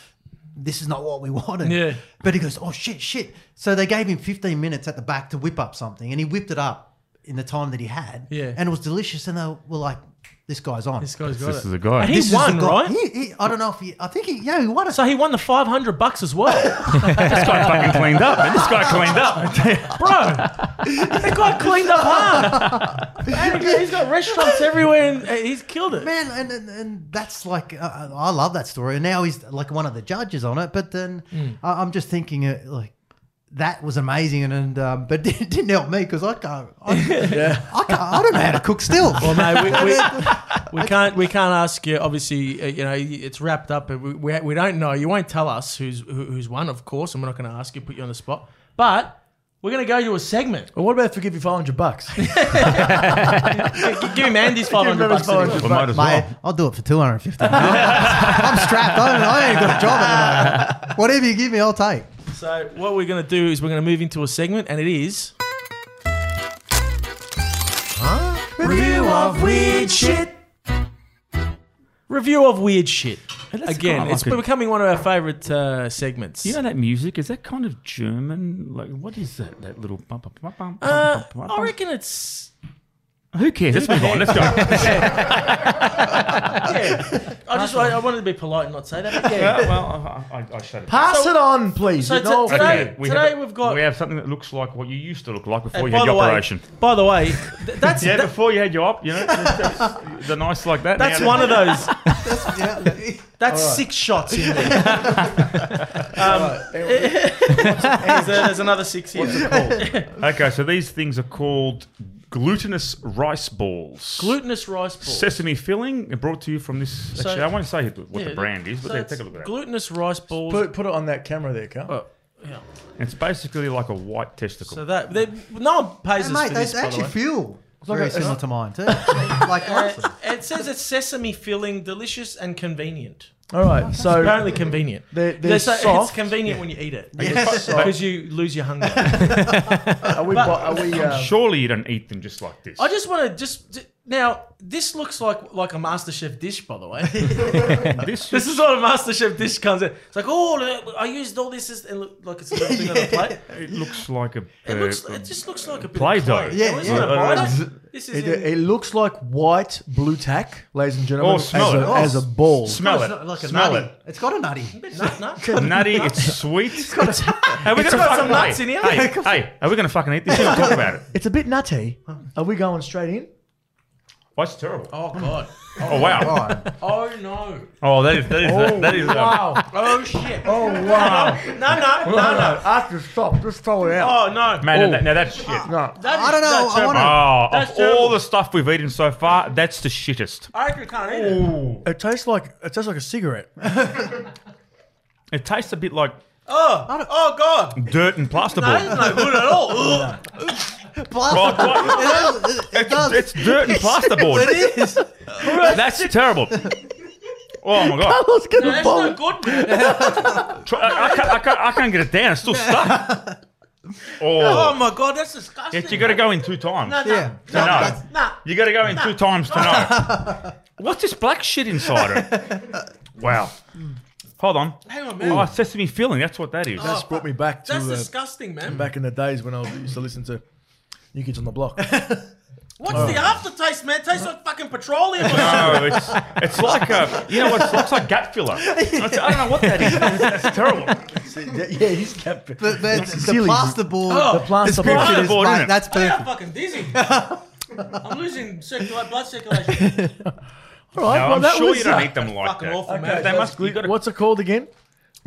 S5: This is not what we wanted.
S3: Yeah.
S5: But he goes, oh shit, shit. So they gave him 15 minutes at the back to whip up something, and he whipped it up in the time that he had.
S3: Yeah.
S5: And it was delicious. And they were like, this guy's on.
S3: this guy's got
S2: This
S3: it.
S2: is a guy.
S3: And he
S5: This is the
S3: won,
S5: guy-
S3: right?
S5: He, he, I don't know if he. I think he. Yeah, he won it.
S3: so he won the five hundred bucks as well.
S2: This guy fucking cleaned up. Man. This guy cleaned up.
S3: Bro, that guy cleaned up hard. Man, he's got- he's got restaurants everywhere and uh, he's killed it.
S5: man, and, and and that's like uh, I
S2: Hmm.
S5: love that story. And now he's like one of the judges on it. But then I, I'm just thinking, uh, like, that was amazing, and, and um, but it didn't help me because I can't. I, I can't. I don't know how to cook still.
S3: Well, mate, we, we, we can't we can't ask you. Obviously, uh, you know it's wrapped up. But we, we, we don't know. You won't tell us who's who, who's won, of course, and we're not going to ask you. Put you on the spot. But we're going to go to a segment.
S1: But what about if we give you 500 bucks?
S3: Give give him Andy's five hundred bucks. to do.
S2: We might as
S5: Mate,
S2: well.
S5: I'll do it for 250. I'm strapped. I, don't, I ain't got a job at the moment. Whatever you give me, I'll take.
S3: So what we're going to do is we're going to move into a segment, and it is. Review of weird shit. Review of weird shit. Again,
S2: kinda
S3: it's
S2: like a-
S3: becoming one of our favourite uh, segments.
S2: You know that music? Is that kind of German? Like, what is that? That little bum, bum, bum, bum, bum,
S3: uh,
S2: bum, bum,
S3: I
S2: bum.
S3: reckon it's.
S2: Who cares? Let's move on. Let's go.
S3: Yeah, I just I, I wanted to be polite and not say that. But yeah.
S2: well, I, I, I shut it.
S1: Pass it on, please.
S3: so
S1: you know,
S3: t- today- today we've got-
S2: we have something that looks like what you used to look like before
S3: And
S2: you had your operation.
S3: way, by the way, th- that's
S2: Yeah,
S3: that-
S2: before you had your op, you know, that's- that's- the nice like that.
S3: that's
S2: now-
S3: one of those.
S5: Yeah.
S3: That's six shots in there. um, there's, a- there's another six here.
S2: Okay, so these things are called glutinous rice balls.
S3: Glutinous rice ball.
S2: Sesame filling uh, brought to you from this.
S3: So-
S2: actually, I won't say what
S3: Yeah,
S2: the brand is, but
S3: so
S2: there,
S3: it's
S2: take a look at that.
S3: Glutinous rice balls.
S1: put, put it on that camera there, Carl.
S2: it's basically like a white testicle.
S3: so that they, no one pays us
S5: And mate,
S3: for
S5: they
S3: this.
S5: they
S3: by the
S5: actually
S3: way.
S5: feel very similar to mine too. like honestly.
S3: it says it's sesame filling, delicious and convenient.
S1: All right. So
S3: Apparently convenient.
S1: They're- they're
S3: say It's
S1: soft.
S3: convenient when you eat it
S1: Yes.
S3: because you lose your hunger.
S1: are we? Are we? Uh,
S2: Surely you don't eat them just like this.
S3: I just want to just j- now. This looks like like a MasterChef dish, by the way.
S2: this,
S3: this is what a MasterChef dish comes in. It's like, oh, look, I used all this, as- and look, like it's a little thing on a plate.
S2: it looks like a.
S3: It
S2: uh,
S3: looks, it just looks like a bit of
S2: Play-Doh.
S3: clay.
S5: Yeah,
S3: Oh, is
S5: yeah.
S3: it a bite?
S1: Uh,
S3: This is
S1: it,
S3: in-
S1: it looks like white blue tack, ladies and gentlemen,
S2: Oh, smell
S1: as,
S2: it.
S1: a,
S2: Oh,
S1: as a ball.
S2: smell
S5: It's
S2: it.
S5: not like a
S2: smell
S5: nutty.
S2: it.
S5: It's got a nutty.
S3: nut, nut.
S2: Nutty. It's sweet. Have we
S3: It's
S2: gonna
S3: got some
S2: fucking-
S3: nuts
S2: hey,
S3: in here.
S2: Hey, hey, are we going to fucking eat this? We'll talk about it.
S1: It's a bit nutty. Are we going straight in?
S2: Why it's terrible? Oh,
S3: Oh god.
S2: wow.
S3: Oh no.
S2: Oh, that is that is that is. Uh,
S1: Wow.
S3: Oh shit.
S1: Oh, wow.
S3: No, no, no, no.
S1: After stop, just throw it out.
S3: Oh no.
S2: man,
S1: Oh.
S2: now that, now that's shit.
S1: No.
S3: That
S5: I don't know,
S3: that's
S5: I
S3: terrible.
S5: wanna-
S2: Oh,
S3: That's
S2: of
S3: terrible.
S2: all the stuff we've eaten so far, that's the shittest.
S3: I reckon we can't eat it.
S1: It tastes like it tastes like a cigarette.
S2: It tastes a bit like
S3: Oh, oh god.
S2: dirt and
S3: That is
S2: plasterboard.
S3: no good at all. Ugh.
S2: Oh, God.
S5: It does- it- it does.
S2: it's dirt and plasterboard.
S5: It is.
S2: That's terrible. Oh my god!
S1: was gonna
S3: That's no good. man.
S2: Try- I, I, can't, I, can't, I can't get it down. It's still stuck.
S3: Oh
S2: Oh,
S3: my god, that's disgusting.
S2: you got to go in two times.
S3: No, no,
S5: Yeah.
S2: to know.
S5: that's-
S3: no.
S2: You got to go in two times to know. What's this black shit inside it? Wow. Hold on.
S3: Hang on, man.
S2: Oh, sesame filling. That's what that is.
S1: That's brought me back to
S3: That's
S1: uh,
S3: disgusting, man.
S1: back in the days when I was- used to listen to New Kids on the Block.
S3: What's the aftertaste, man? It tastes like fucking petroleum. or something.
S2: No, it's it's like a you know what it looks like gut filler. It's- I don't know what that is. That's, that's terrible.
S1: yeah, yeah, he's kept it.
S5: The, the, the
S1: silly.
S5: plasterboard.
S3: Oh,
S1: The plasterboard.
S5: description is-
S2: Plasterboard,
S5: mate,
S2: isn't it?
S5: That's
S3: I
S5: perfect.
S3: am fucking dizzy. I'm losing circula- blood circulation.
S1: All right,
S2: No,
S1: well,
S2: I'm
S1: that
S2: sure
S1: was,
S2: you don't
S1: uh,
S2: eat them like
S3: fucking
S2: that.
S3: awful, man.
S2: They must you got a
S1: What's it called again?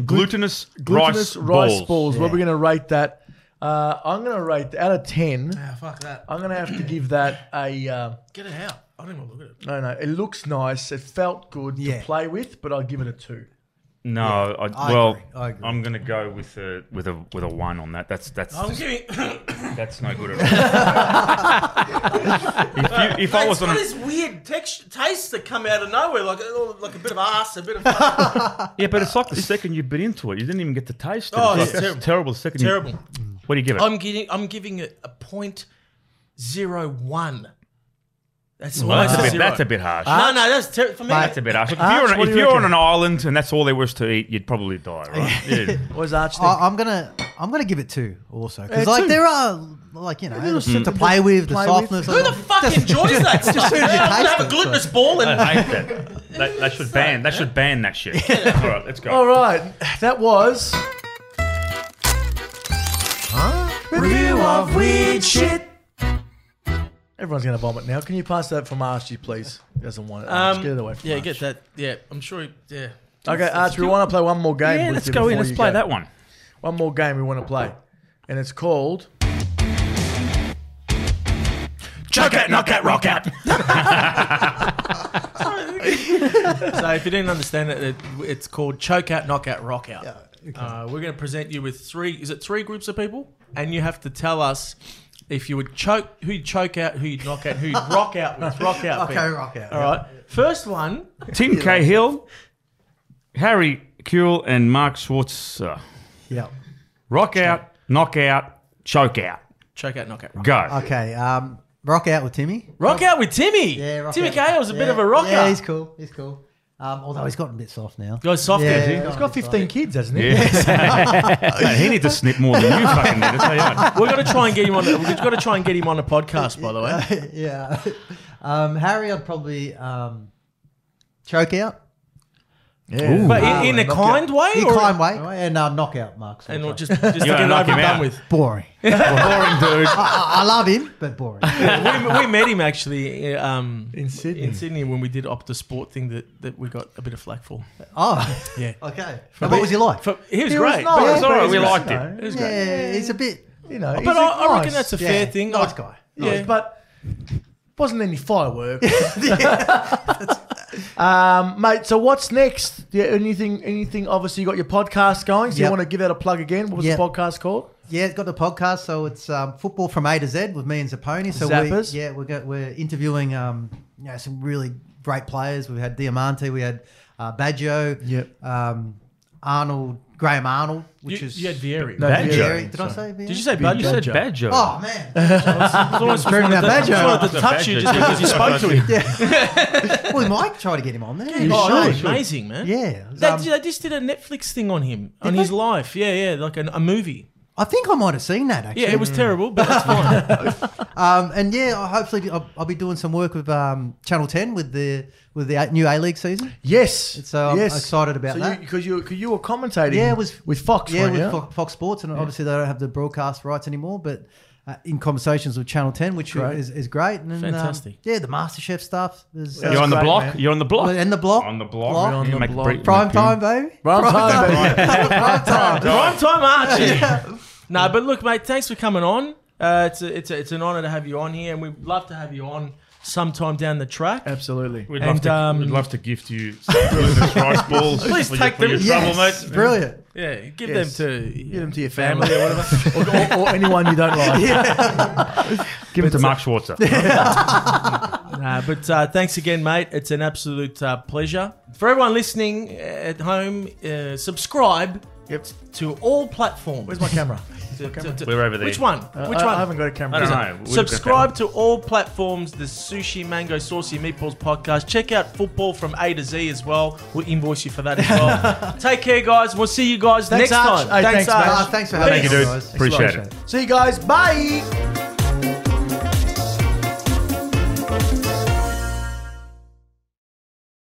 S2: glutinous,
S1: Glutinous
S2: rice, balls.
S1: Well, we're going to rate that. Uh, I'm going to rate out of 10.
S3: Ah, fuck that.
S1: I'm going to have to give that a. Uh,
S3: Get it out. I don't even look at it.
S1: no, no. It looks nice. It felt good
S5: Yeah.
S1: to play with, but I'll give it a two.
S2: No, I,
S5: I
S2: well,
S5: agree, I agree.
S2: am gonna go with a with a with a one on that. That's that's
S3: I'm giving.
S2: that's no good at all. if you, if I
S3: Mate, it's
S2: was on
S3: got
S2: a,
S3: this weird texture, taste that come out of nowhere, like oh, like a bit of ass, a bit of fucking
S2: yeah, but it's like the second you bit into it, you didn't even get to taste it.
S3: Oh,
S2: it's
S3: it's
S2: like,
S3: terrible.
S2: that's terrible. The second, you-
S3: terrible.
S2: what do you give it?
S3: I'm giving I'm giving it a point zero one. That's
S2: Well,
S3: almost
S2: that's, a
S3: a
S2: bit,
S3: zero. Ah.
S2: that's a bit harsh.
S3: no, no, that's ter- for me.
S2: That's a bit harsh. If
S1: Arch,
S2: you're, on,
S1: what do
S2: if
S1: you
S2: you're on
S1: reckon?
S2: an island and that's all there was to eat, you'd probably die, right? Yeah.
S1: Where's Arch? think?
S5: I, I'm gonna, I'm gonna give it two also because
S1: Yeah,
S5: like
S1: two.
S5: there are like you know
S1: little shit
S5: to
S1: to
S5: play with the
S1: play with.
S5: softness.
S3: Who the fuck enjoys that stuff?
S5: soon as you
S3: I'm gonna
S5: taste
S3: have a
S5: it,
S3: glutinous ball and
S2: I hate that. They, they should ban. They should ban that shit. All right, let's go.
S1: All right. That was. Review of weird shit. Everyone's going to vomit now. Can you pass that from Archie, please? He doesn't want it. Arch.
S3: Um,
S1: get it away from
S3: yeah,
S1: Arch.
S3: get that. Yeah, I'm sure. Yeah.
S1: Okay, Arch, we want to play one more game.
S2: Yeah,
S1: with
S2: let's
S1: you
S2: go
S1: before
S2: in. Let's
S1: you
S2: play
S1: go.
S2: that one.
S1: One more game we want to play. and it's called.
S2: Chuck it, knock it, rock out.
S3: So if you didn't understand it, it it's called chokeout, knockout, rockout. uh, we're going to present you with three. Is it three groups of people? And you have to tell us if you would choke, who you choke out, who you would knock out, who you would rock out with. Rock out.
S5: Okay,
S3: people.
S5: rock out.
S3: All right. First one.
S2: Tim Cahill, Harry Kuehl, and Mark Schwartzer.
S5: Yeah.
S2: Rock out, knock out, choke out.
S3: Chokeout, knockout, rockout.
S2: Go.
S5: Okay. Um, rock out with Timmy.
S3: Rock out with Timmy.
S5: Yeah, rock
S3: Timmy
S5: out.
S3: Cahill's a bit
S5: Yeah,
S3: of a rocker.
S5: Yeah, he's cool. He's cool. Um, although he's gotten a bit soft now.
S3: Go soft
S5: Yeah,
S3: is he?
S5: he's
S1: uh, It's got 15 kids, hasn't it?
S2: Mate, he need to snip more than you fucking need. That's how you are.
S3: We've got to try and get him on. We've got to try and get him on a podcast, by the way.
S5: yeah. Um, Harry, I'd probably um, choke out. Uh,
S1: Yeah.
S3: But
S1: Wow,
S3: in, in a
S1: knock
S3: kind
S1: out.
S3: way,
S5: He
S3: or- Oh,
S5: climb weight and uh, knockout marks.
S3: and we'll just just to
S2: gotta
S3: get it
S2: knock
S3: over
S2: him
S3: and done
S2: out.
S3: with.
S5: boring.
S2: Boring dude.
S5: I, I love him, but boring.
S3: we, we met him actually uh, um,
S1: In Sydney.
S3: in Sydney when we did Opta Sport thing that, that we got a bit of flack for.
S5: Oh,
S3: Yeah.
S5: okay. And what was he like?
S3: For, he was
S1: He was nice,
S3: great.
S2: But it was
S1: but
S2: all right,
S1: he's
S2: we
S1: a-
S2: liked it.
S1: no,
S3: It was great.
S5: yeah, he's a bit.
S1: You know,
S3: But I, I reckon that's a
S5: Yeah,
S3: fair thing.
S5: Nice
S3: I-
S5: guy.
S1: yeah.
S3: Yeah.
S1: But wasn't any fireworks. um, mate, so what's next? Yeah, anything? Anything? Obviously, you got your podcast going, so you
S5: Yep.
S1: want to give that a plug again. What was
S5: Yep.
S1: the podcast called?
S5: Yeah, it's got the podcast, so it's um, football from A to Z with me and Zapponi. So
S1: Zappers.
S5: We, yeah, we're go, we're interviewing um, you know, some really great players. We had Diamante, we had uh, Baggio,
S1: Yep.
S5: um, Arnold, Graham Arnold, which
S3: you,
S5: is
S3: you had Vieri.
S1: No,
S2: Badger.
S1: yeah.
S5: Did I say?
S3: Did you say Badger?
S2: You said
S1: Badger.
S2: Badger.
S5: Oh man!
S3: Someone's
S5: turning that Badger.
S3: I wanted to touch you just because you spoke to him.
S5: well, we might try to get him on there.
S3: Oh,
S1: should,
S3: no,
S1: you should.
S3: amazing, man.
S5: Yeah, it was,
S3: They,
S5: um,
S3: they just did a Netflix thing on him, on his life. Yeah, yeah, like an, a movie.
S5: I think I might have seen that actually. Mm.
S3: Yeah, it was terrible, but that's fine.
S5: Um, and yeah, I- hopefully I'll, I'll be doing some work with um, Channel Ten with the with the new A League season.
S1: Yes.
S5: So uh, I'm
S1: yes.
S5: excited about that.
S1: Because you, cause you were commentating.
S5: Yeah, it was
S1: with Fox.
S5: Yeah,
S1: weren't
S5: with
S1: you?
S5: Fo- Fox Sports, and obviously they don't have the broadcast rights anymore. But uh, in conversations with Channel Ten, which
S1: Great.
S5: is, is great, and then, um,
S3: Fantastic.
S5: yeah, the MasterChef stuff is
S1: Yeah.
S2: You're on the
S1: That's
S2: block.
S1: great, man.
S2: You're on the block.
S5: We're in the block.
S2: On the block.
S5: Block.
S1: On the
S2: Make a
S1: block.
S2: break-
S5: prime
S2: make
S5: time, baby.
S1: Prime time,
S5: prime time.
S3: Prime time Archie. no, but look, mate, thanks for coming on. Uh, it's, a, it's, a, it's an honour to have you on here, and we'd love to have you on sometime down the track.
S1: Absolutely.
S2: We'd,
S3: And,
S2: love to,
S3: um,
S2: we'd love to gift you some Christmas rice balls.
S3: Please
S2: for
S3: take
S2: your, for
S3: them.
S2: Your
S5: Yes,
S2: trouble, mate.
S5: brilliant.
S3: Yeah, give
S1: Yes.
S3: them to
S1: Give them to your family,
S3: or whatever.
S1: or, or, or anyone you don't like.
S2: Give it to Mark Schwarzer.
S3: nah, but uh, thanks again, mate. It's an absolute uh, pleasure for everyone listening at home. Uh, subscribe
S1: Yep.
S3: to all platforms.
S1: Where's my camera?
S3: To- to- to-
S2: We're over there.
S3: Which one?
S1: Uh,
S3: Which
S1: I,
S3: one?
S1: I haven't got a camera.
S2: I don't know. We've got
S3: Subscribe to all platforms, the Sushi Mango Saucy Meatballs podcast. Check out football from A to Z as well. We'll invoice you for that as well. Take care, guys. We'll see you guys
S1: Thanks,
S3: next
S1: Arch.
S3: time.
S1: Hey, thanks,
S3: Arch.
S1: mate.
S5: Ah, thanks for having
S2: Thank you,
S5: us,
S2: dude.
S5: guys.
S2: Appreciate it.
S1: See you guys. Bye.